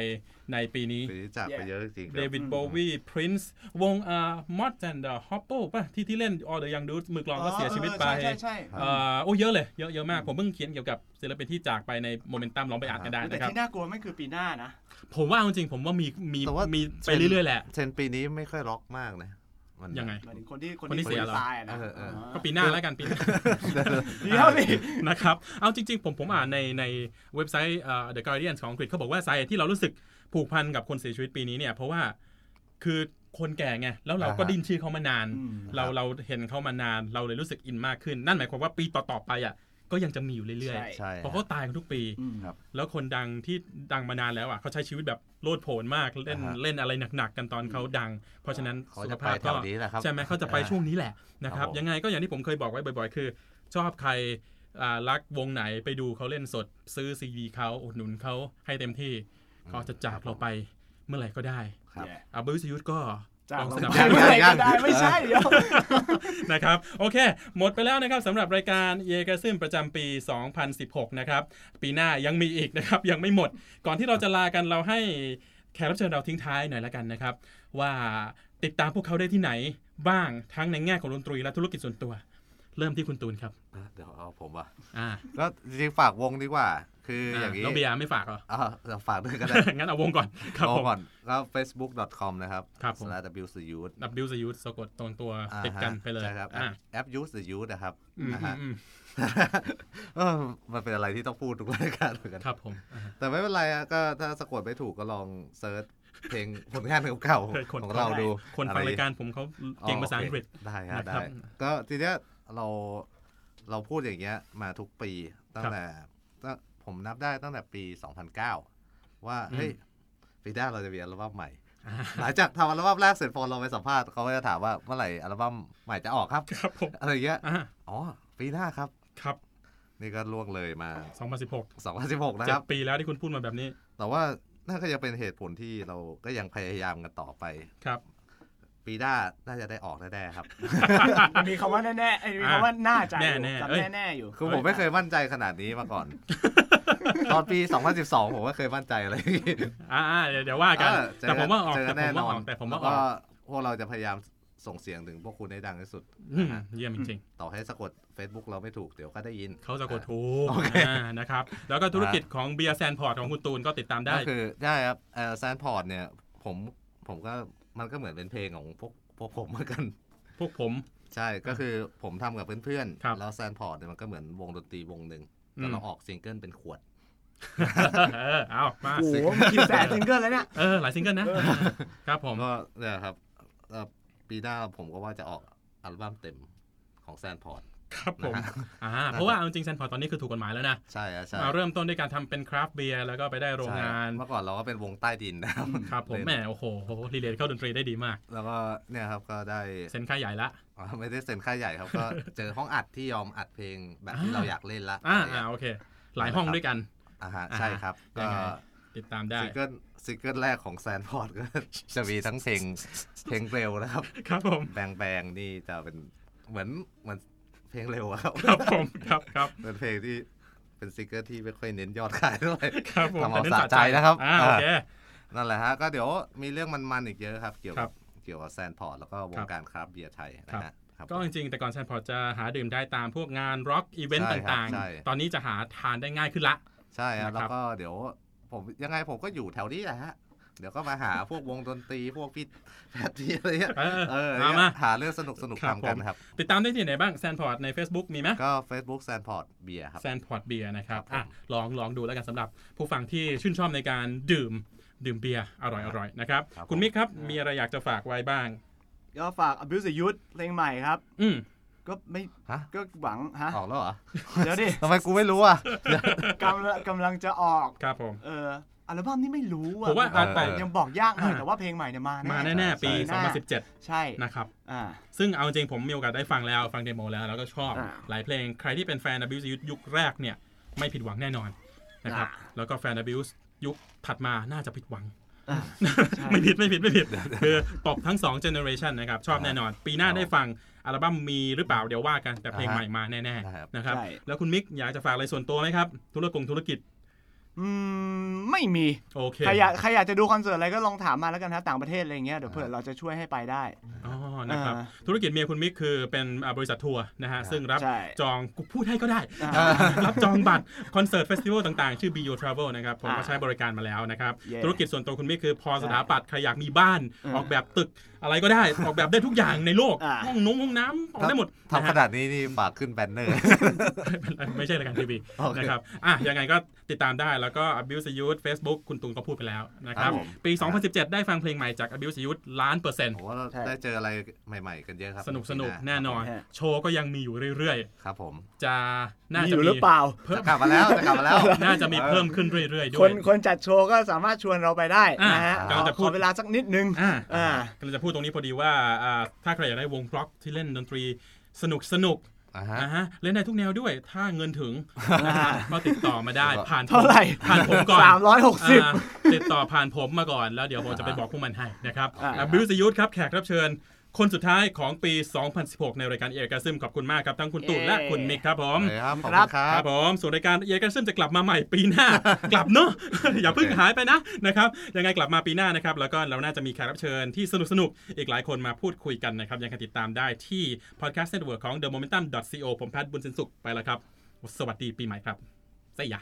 Speaker 2: ในปีนี้
Speaker 3: ปีนี้จากไปเยอะจริงๆค
Speaker 2: เด
Speaker 3: รับ
Speaker 2: วิดโบวีพรินซ์วงอ่ามอดแอนด์ฮอปโปป่ะที่ที่เล่นออเดอร์ยังดูมือกลองก็เสียชีวิตไป
Speaker 4: ใช่ใช่
Speaker 2: เอ่อโอ้เยอะเลยเยอะเยอะมาก ผมเพิ่งเขียนเกี่ยวกับศิลปินที่จากไปในโมเมนตัมลองไปอ่านกันได้
Speaker 4: แต่
Speaker 2: นะครับ
Speaker 4: ที่น่ากลัวไม่คือปีหน้านะ
Speaker 2: ผมว่าเอาจริงๆผมว่ามีมี
Speaker 3: แต่ว่า
Speaker 2: มีไปเรื่อยๆแหละ
Speaker 3: เทรนด์ปีนี้ไม่ค่อยล็อกมากนะมัน
Speaker 2: ยังไง
Speaker 4: หมายถึงคนที่คน
Speaker 2: คนที่
Speaker 4: ที่
Speaker 2: เสี
Speaker 4: เสี
Speaker 2: ยเห
Speaker 4: ย
Speaker 2: รอ
Speaker 4: ตายอะนะ
Speaker 3: เออเออ
Speaker 2: ก็ปีหน้าแล้วกันปีหน้า
Speaker 4: เดี๋ยวดิ
Speaker 2: นะครับ เอา จริงๆ ผมผมอ่านในในเว็บไซต์เอ่อ The Guardian ของอังกฤษเขาบอกว่าสาเหตุที่เรารู้สึกผูกพันกับคนเสียชีวิตปีนี้เนี่ย เพราะว่าคือคนแก่ไง แล้วเราก็
Speaker 3: อ่าฮะ
Speaker 2: ดิ้นชื่อเขามานาน
Speaker 4: อืม
Speaker 2: เราเราเห็นเขามานานเราเลยรู้สึกอินมากขึ้น นั่นหมายความว่าปีต่อๆไปอ่ะก็ยังจะมีอยู่เรื่อย
Speaker 3: ใช่
Speaker 2: ๆเพราะเขาตายกันทุกปี
Speaker 4: อืม
Speaker 3: ครับ
Speaker 2: แล้วคนดังที่ดังมานานแล้วอ่ะเขาใช้ชีวิตแบบโลดโผนมากเล่น
Speaker 3: อ่าฮะ
Speaker 2: เล่นอะไรหนักๆกันตอนเขาดัง เพราะฉะนั้น
Speaker 3: เขา
Speaker 2: สุข
Speaker 3: จะไป
Speaker 2: ภาพ
Speaker 3: แถ
Speaker 2: ก็
Speaker 3: วนี้แหละครับ
Speaker 2: ใช่ไหมเขาจะไป
Speaker 3: อ่า
Speaker 2: ช่วงนี้แหละนะครับ
Speaker 3: ครับผม
Speaker 2: ยังไงก็อย่างที่ผมเคยบอกไว้บ่อยๆ คือ ชอบใครอ่ารักวงไหนไปดูเขาเล่นสดซื้อซีดีเขาอุดหนุนเขาให้เต็มที่เขาจะจากเราไปเมื่อไหร่ก็ได้
Speaker 3: ครับ
Speaker 4: แย่
Speaker 2: อาบุษยุทธก็
Speaker 4: จาก
Speaker 2: ลอง
Speaker 4: ล
Speaker 2: ส
Speaker 4: ง
Speaker 2: นับ
Speaker 4: ไป
Speaker 2: สนุน
Speaker 4: ไม่ได้ก็ได้ไม่ใช่เดี๋ยว
Speaker 2: นะครับ โอเค หมดไปแล้วนะครับสำหรับรายการเยกซึมประจำปี 2016 นะครับ ปีหน้ายังมีอีกนะครับ ยังไม่หมด ก่อนที่เราจะลากันเราให้แขกรับเชิญเราทิ้งท้ายหน่อยละกันนะครับ ว่าติดตามพวกเขาได้ที่ไหนบ้างทั้งในแง่ของดนตรีและธุรกิจส่วนตัว เริ่มที่คุณตูนครับ
Speaker 3: อ่ะเดี๋ยวเอาผมว่ะ
Speaker 2: อ่า
Speaker 3: ก็จริงๆฝากวงดีกว่า คือออย่าง
Speaker 2: นี้
Speaker 3: นี้
Speaker 2: แล้วเบียร์ไม่ฝากเหรอ
Speaker 3: อ่ะเราฝากด้วยกันได้
Speaker 2: งั้นเอาวงก่อนครับ
Speaker 3: รอ
Speaker 2: ผม
Speaker 3: ก่อนแล้ว facebook.com นะครับ
Speaker 2: ครับผม
Speaker 3: slash w the youth
Speaker 2: W S U สะกดตรงตัว
Speaker 3: อ่าฮะ
Speaker 2: ติดกันไปเลย
Speaker 3: ใช่ครับ
Speaker 2: อ่า
Speaker 3: แอป use the youth นะครับ
Speaker 2: อืม
Speaker 3: นะ
Speaker 2: อื
Speaker 3: ฮะ
Speaker 2: มอืม
Speaker 3: เออมันเป็นอะไรที่ต้องพูดทุกรายการเหมือนกัน
Speaker 2: ครับผมอ่า
Speaker 3: แต่ไม่เป็นไรอะก็ถ้าสะกดไม่ถูกก็ลองเซิร์ชเพลงผลงานเก่า
Speaker 2: เคย
Speaker 3: ๆ
Speaker 2: คน
Speaker 3: ของเราดู
Speaker 2: คนฟัง
Speaker 3: อะไ
Speaker 2: รายการผมเขาเก่งภาษาอังกฤษ
Speaker 3: โเคได้ครับ
Speaker 2: นะครับ
Speaker 3: ได้ก็ทีเนี้ยเราเราพูดอย่างเงี้ยมาทุกปีตั้ง
Speaker 2: ครับ
Speaker 3: แต่ตั้งผมนับได้ตั้งแต่ปี 2009 ว่า
Speaker 2: อืม
Speaker 3: เฮ้ยปีหน้าเราจะมีอัลบั้มใหม่
Speaker 2: อ่า
Speaker 3: หลังจากทำอัลบั้มแรกเสร็จพอเราไปสัมภาษณ์เขาก็จะถามว่าเมื่อไหร่อัลบั้มใหม่จะออกครับ
Speaker 2: ครับผม
Speaker 3: อะไรเงี้ย
Speaker 2: อ่า
Speaker 3: อ๋อ ปีหน้าครับ
Speaker 2: ครับ
Speaker 3: นี่ก็ล่วงเลยมา
Speaker 2: 2016
Speaker 3: 2016 นะ
Speaker 2: เจ็ด
Speaker 3: ครับ
Speaker 2: ปีแล้วที่คุณพูดมาแบบนี้
Speaker 3: แต่ว่าน่าก็ยังเป็นเหตุผลที่เราก็ยังพยายามกันต่อไป
Speaker 2: ครับ
Speaker 3: ปีหน้าน่าจะได้ออกแน่ๆ ครับ
Speaker 4: มีคำว่าแน่ๆเอ้ยมีคำว่าน่าใจอยู่
Speaker 2: แน่ๆ
Speaker 4: กับ
Speaker 2: เอ้ย
Speaker 4: แน่ๆอยู่
Speaker 3: คือผมไม่เคยมั่นใจขนาดนี้ มาก่อน ตอนปี 2012 ผมก็เคยมั่นใจอะไรอย่างงี้
Speaker 2: อ่า อ่าเดี๋ยวเดี๋ยวว่ากัน
Speaker 3: เออเจ
Speaker 2: แต่ผมว่าออก
Speaker 3: เจ
Speaker 2: แต่ผมว่าออกแต่ผมว่าอ
Speaker 3: แล้
Speaker 2: อก
Speaker 3: ก็พวกเราจะพยายามส่งเสียงถึงพวกคุณให้ดังที่สุด
Speaker 2: อืมเยี่ยมจริง
Speaker 3: ต่อให้สะกด Facebook เราไม่ถูกเดี๋ยวก็ได้ยิน
Speaker 2: ๆเขาจะกดถูก
Speaker 3: โอเค
Speaker 2: อ่านะครับ แล้วก็ธุรกิจของเบียร์แซนพอร์ตของคุณตูนก็ติดตามได้
Speaker 3: ก็คือได้ครับเออแซนพอร์ตเนี่ย ผมผมก็มันก็เหมือนเป็นเพลงของพวกพวกผมเหมือนกัน
Speaker 2: พวกผม
Speaker 3: ใช่ก็คือผมทำกับเพื่อน
Speaker 2: ครับ
Speaker 3: ๆ แล้วแซนพอร์ตเนี่ยมันก็เหมือนวงดนตรีวงหนึ่งแต่เราออกซิงเกิลเป็นขวด
Speaker 2: เออเอามา
Speaker 4: โอ้โหมีกี่แสนซิงเกิลแล้วเนี่ย
Speaker 2: เออหลายซิงเกิลนะ ครับผม
Speaker 3: ก็เนี่ยครับเอ่อปีหน้าผมก็ว่าจะออกอัลบั้มเต็มของแซนพอร์ต
Speaker 2: ครับผม
Speaker 3: นะฮะ
Speaker 2: อ่าเพราะว่าเอาจริงแซนพอร์ตตอนนี้คือถูกกฎหมายแล้วนะ
Speaker 3: ใช่อะใช่
Speaker 2: มาเริ่มต้นด้วยการทำเป็นคราฟต์เบียร์แล้วก็ไปได้โรงงาน
Speaker 3: ใช่เมื่อก่อนเราก็เป็นวงใต้ดินนะครับ
Speaker 2: ครับผมแหม
Speaker 3: เล่น
Speaker 2: โอ้โหรีเลทเข้าดนตรีได้ดีมาก
Speaker 3: แล้วก็เนี่ยครับก็ได้
Speaker 2: เซ็นค่ายใหญ่ละ
Speaker 3: อ๋อไม่ได้เซ็นค่ายใหญ่ครับ ก็เจอห้องอัดที่ยอมอัดเพลงแบบที่
Speaker 2: อ่า
Speaker 3: เราอยากเล่นละ
Speaker 2: อ่า
Speaker 3: ะ
Speaker 2: อ่า
Speaker 3: ไรเงี้ย
Speaker 2: โอเค หลายห้องด้วยกัน
Speaker 3: อ่าฮะ
Speaker 2: อ่า
Speaker 3: ใช่ครับ
Speaker 2: ยั
Speaker 3: ก็
Speaker 2: งไง ติดตามได้
Speaker 3: ซิงเกิลซิงเกิลแรกของแซนพอร์ตก็ จะมีทั้งเพลงเพลงเร็วนะครับ
Speaker 2: ครับผม
Speaker 3: แบงแบงนี่จะเป็นเหมือนเหมือนเพลงเร็วอะครับ
Speaker 2: ครับผมครับครับ
Speaker 3: เป็นเพลงที่เป็นซิงเกิลที่ไม่ค่อยเน้นยอดขาย เท่าไหร่
Speaker 2: ครับผม
Speaker 3: ทำเอา
Speaker 2: แต่
Speaker 3: สะใจนะครับ
Speaker 2: อ่าโอเค
Speaker 3: อ่ นั่นแหละฮะ ก็เดี๋ยวมีเรื่องมันๆอีกเยอะครับ เกี่ยว
Speaker 2: ครั
Speaker 3: กั
Speaker 2: บบ
Speaker 3: เกี่ยวกับแซนพอร์ตแล้วก็ว
Speaker 2: ครั
Speaker 3: ง
Speaker 2: บ
Speaker 3: การคราฟต์เบียร์ไทย
Speaker 2: ครั
Speaker 3: นะ
Speaker 2: บ
Speaker 3: ฮะ ครับ
Speaker 2: ก็จริงๆ แต่ก่อนแซนพอร์ตจะหาดื่มได้ตามพวกงานร็อกอีเวนต์
Speaker 3: ใช่ครับ
Speaker 2: ต่าง
Speaker 3: ใช่
Speaker 2: ๆ ตอนนี้จะหาทานได้ง่ายขึ้นละ
Speaker 3: ใช่ฮะ
Speaker 2: นะครับ
Speaker 3: แล้วก็เดี๋ยวผมยังไงผมก็อยู่แถวนี้แหละฮะ เดี๋ยวก็มาหา พวกวงดนตรีพวกพี่แพทย์ที่อะไรเงี้ย
Speaker 2: เออ
Speaker 3: เออ
Speaker 2: เอามา
Speaker 3: หาเรื่องสนุกสนุก
Speaker 2: ครับ
Speaker 3: ทำกัน
Speaker 2: ผม
Speaker 3: ครับ
Speaker 2: ติดตามได้ที่ไหนบ้างแซนพอร์ตใน Facebook มีไหม
Speaker 3: ก็ Facebook Sandport Beer ครับ
Speaker 2: แซนพอร์ตเบียร์นะครับ
Speaker 3: ครับผม
Speaker 2: อ่ะลองลองดูแล้วกันสำหรับผู้ฟังที่ชื่นชอบในการดื่มดื่มเบียร์อร่อยอร่อยๆนะครับ คุณมิกครับมีอะไรอยากจะฝากไว้บ้าง
Speaker 4: ก็ฝาก abuse the youth เพลงใหม่ครับ
Speaker 2: อืม
Speaker 4: ก็ไม่
Speaker 3: ฮะ
Speaker 4: ก็หวังฮะ
Speaker 3: ออกแล้วเหรอ
Speaker 4: เดี๋ยวดิ
Speaker 3: ทำไมกูไม่รู้อ่ะ
Speaker 4: กำลังกำลังจะออก
Speaker 2: ครับผม
Speaker 4: เอออัลบั้มนี่ไม่รู้อะ
Speaker 2: ผมว่า
Speaker 4: บอก
Speaker 2: ไป
Speaker 4: ยังบอกยากหน่อย
Speaker 2: อ่า
Speaker 4: แต่ว่าเพลงใหม่เนี่ยมาแน่
Speaker 2: มาแน่ๆ ปี
Speaker 4: ใช่
Speaker 2: 2017
Speaker 4: ใช่
Speaker 2: นะครับ
Speaker 4: อ่า
Speaker 2: ซึ่งเอาจริงผมมีโอกาสได้ฟังแล้วฟังเดโมแล้ว แล้วก็ชอบ
Speaker 4: อ่า
Speaker 2: หลายเพลงใครที่เป็นแฟน Abuse ยุคแรกเนี่ย ไม่ผิดหวังแน่นอนนะครับ
Speaker 4: อ่า
Speaker 2: แล้วก็แฟน Abuse ยุคถัดมาน่าจะผิดหวัง
Speaker 4: อ่า
Speaker 2: ไม่ผิดไม่ผิด ไม่ผิดคือตบทั้ง 2 generation นะครับ ชอบแน่นอน ปีหน้าได้ฟังอัลบั้มมีหรือเปล่าเดี๋ยวว่ากันแต่เพลง
Speaker 3: อ่า
Speaker 2: ให
Speaker 3: ฮะ
Speaker 2: ม่มาแน่
Speaker 3: ครับ
Speaker 2: ๆนะครับ
Speaker 4: ใช่
Speaker 2: แล้วคุณมิกอยากจะฝากอะไรส่วนตัวไหมครับธุรกงธุรกิจ
Speaker 4: อืมไม่มี
Speaker 2: โอเค
Speaker 4: ใครอยากใครอยากจะดูคอนเสิร์ตอะไรก็ลองถามมาแล้วกันฮะต่างประเทศอะไรอย่างเงี้ยเดี๋ยวเผื่อเราจะช่วยให้ไปได้
Speaker 2: อ๋อนะครับ
Speaker 4: อ่า
Speaker 2: ธุรกิจเมียคุณมิกคือเป็นอ่าบริษัททัวร์นะฮะซึ่งรับ
Speaker 4: ใช่
Speaker 2: จองกูพูดให้ก็ได้
Speaker 4: อ่า
Speaker 2: รับจองบัตร คอนเสิร์ตเฟสติวัลต่างๆ ชื่อ Bio Travel นะครับ ผมก็
Speaker 4: อ่า
Speaker 2: ใช้บริการมาแล้วนะครับ
Speaker 4: เย้
Speaker 2: ธุรกิจส่วนตัวคุณไม่คือพอสถาปัตย์ใครอยากมีบ้าน
Speaker 4: อืม
Speaker 2: ออกแบบตึกอะไรก็ ได้ ออกแบบได้ทุกอย่างในโลก
Speaker 4: อ่า
Speaker 2: ห้องนงห้องน้ำออกได้หมด
Speaker 3: ทำขนาดนี้นี่ฝากขึ้นแบนเนอร์
Speaker 2: นะฮะไม่ใช่รายการทีวี
Speaker 3: โอเค
Speaker 2: นะครับอ่ะยังไงก็ติดตามได้แล้วก็ Abuse Youth Facebook คุณตุงก็พูดไปแล้วนะครับ
Speaker 3: ครับผม
Speaker 2: ปี 2017 ได้ฟังเพลงใหม่จาก Abuse Youth ล้านเปอร์เซ็นต์
Speaker 3: ผมว่า
Speaker 4: ใช่
Speaker 3: ได้เจออะไรใหม่ ๆ กันเยอะครับ
Speaker 2: สนุกสนุก
Speaker 3: ปีา
Speaker 2: แน่นอน
Speaker 4: ฮะ
Speaker 2: โชว์ก็ยังมีอยู่เรื่อย
Speaker 3: ครับผม
Speaker 2: ๆ จะน่า
Speaker 4: มีอ
Speaker 2: จะ
Speaker 4: ยู่ห
Speaker 2: มี
Speaker 4: รือเปล่า
Speaker 2: เพิ่ม
Speaker 3: จะกลับมาแล้วจะกลับมาแล้ว
Speaker 2: น่าจะมีเพิ่มขึ้นเรื่อยๆด้
Speaker 4: ค
Speaker 2: วย
Speaker 4: นคนจัดโชว์ก็สามารถชวนเราไปได้นะฮะ
Speaker 2: อ่าำ
Speaker 4: ขอก
Speaker 2: ลังจะพู
Speaker 4: ข
Speaker 2: ด
Speaker 4: อเวลาสักนิดนึง
Speaker 2: อ่า
Speaker 4: อ่า
Speaker 2: กำลังจะพูดตรงนี้พอดีว่าอ่าถ้าใครอยากได้วงร็อกที่เล่นดนตรีสนุกสนุก
Speaker 3: อ่าฮะ
Speaker 2: นะฮะเล่นได้ทุกแนวด้วย ถ้าเงิน ถึง
Speaker 4: อ่า
Speaker 2: ก็ติดต่อมา ได้
Speaker 3: ครับ
Speaker 2: ผ่านผม
Speaker 4: เท่าไหร่
Speaker 2: ผ่านผมก่ อน
Speaker 4: สามร้อยหกสิบ
Speaker 2: อ่าติดต่อผ่านผมมาก่อนแล้วเดี๋ยวผมจะไปบอกพวกมันให้นะครับ
Speaker 4: อ่า
Speaker 2: อ่ะบิวสยุทธครับแขกรับเชิญ คนสุดท้ายของปี 2016 ในรายการเอกาซึมขอบคุณมากครับทั้งคุณตูนและคุณมิกครับผม
Speaker 3: เลยครับขอบคุณครั
Speaker 2: ครับ บผมส่วนรายการเยกันซึ่งจะกลับมาใหม่ปีหน้า กลับเนาะ อย่าเพิ่งหายไปนะนะครับยังไงกลับมาปีหน้านะครับ แล้วก็เราน่าจะมีแขกรับเชิญที่สนุกสนุกๆอีกหลายคนมาพูดคุยกันนะครับ ยังคงติดตามได้ที่ podcast network ของ the momentum co ผมแพทย์บุญสินสุขไปแล้วครับ สวัสดีปีใหม่ครับสยา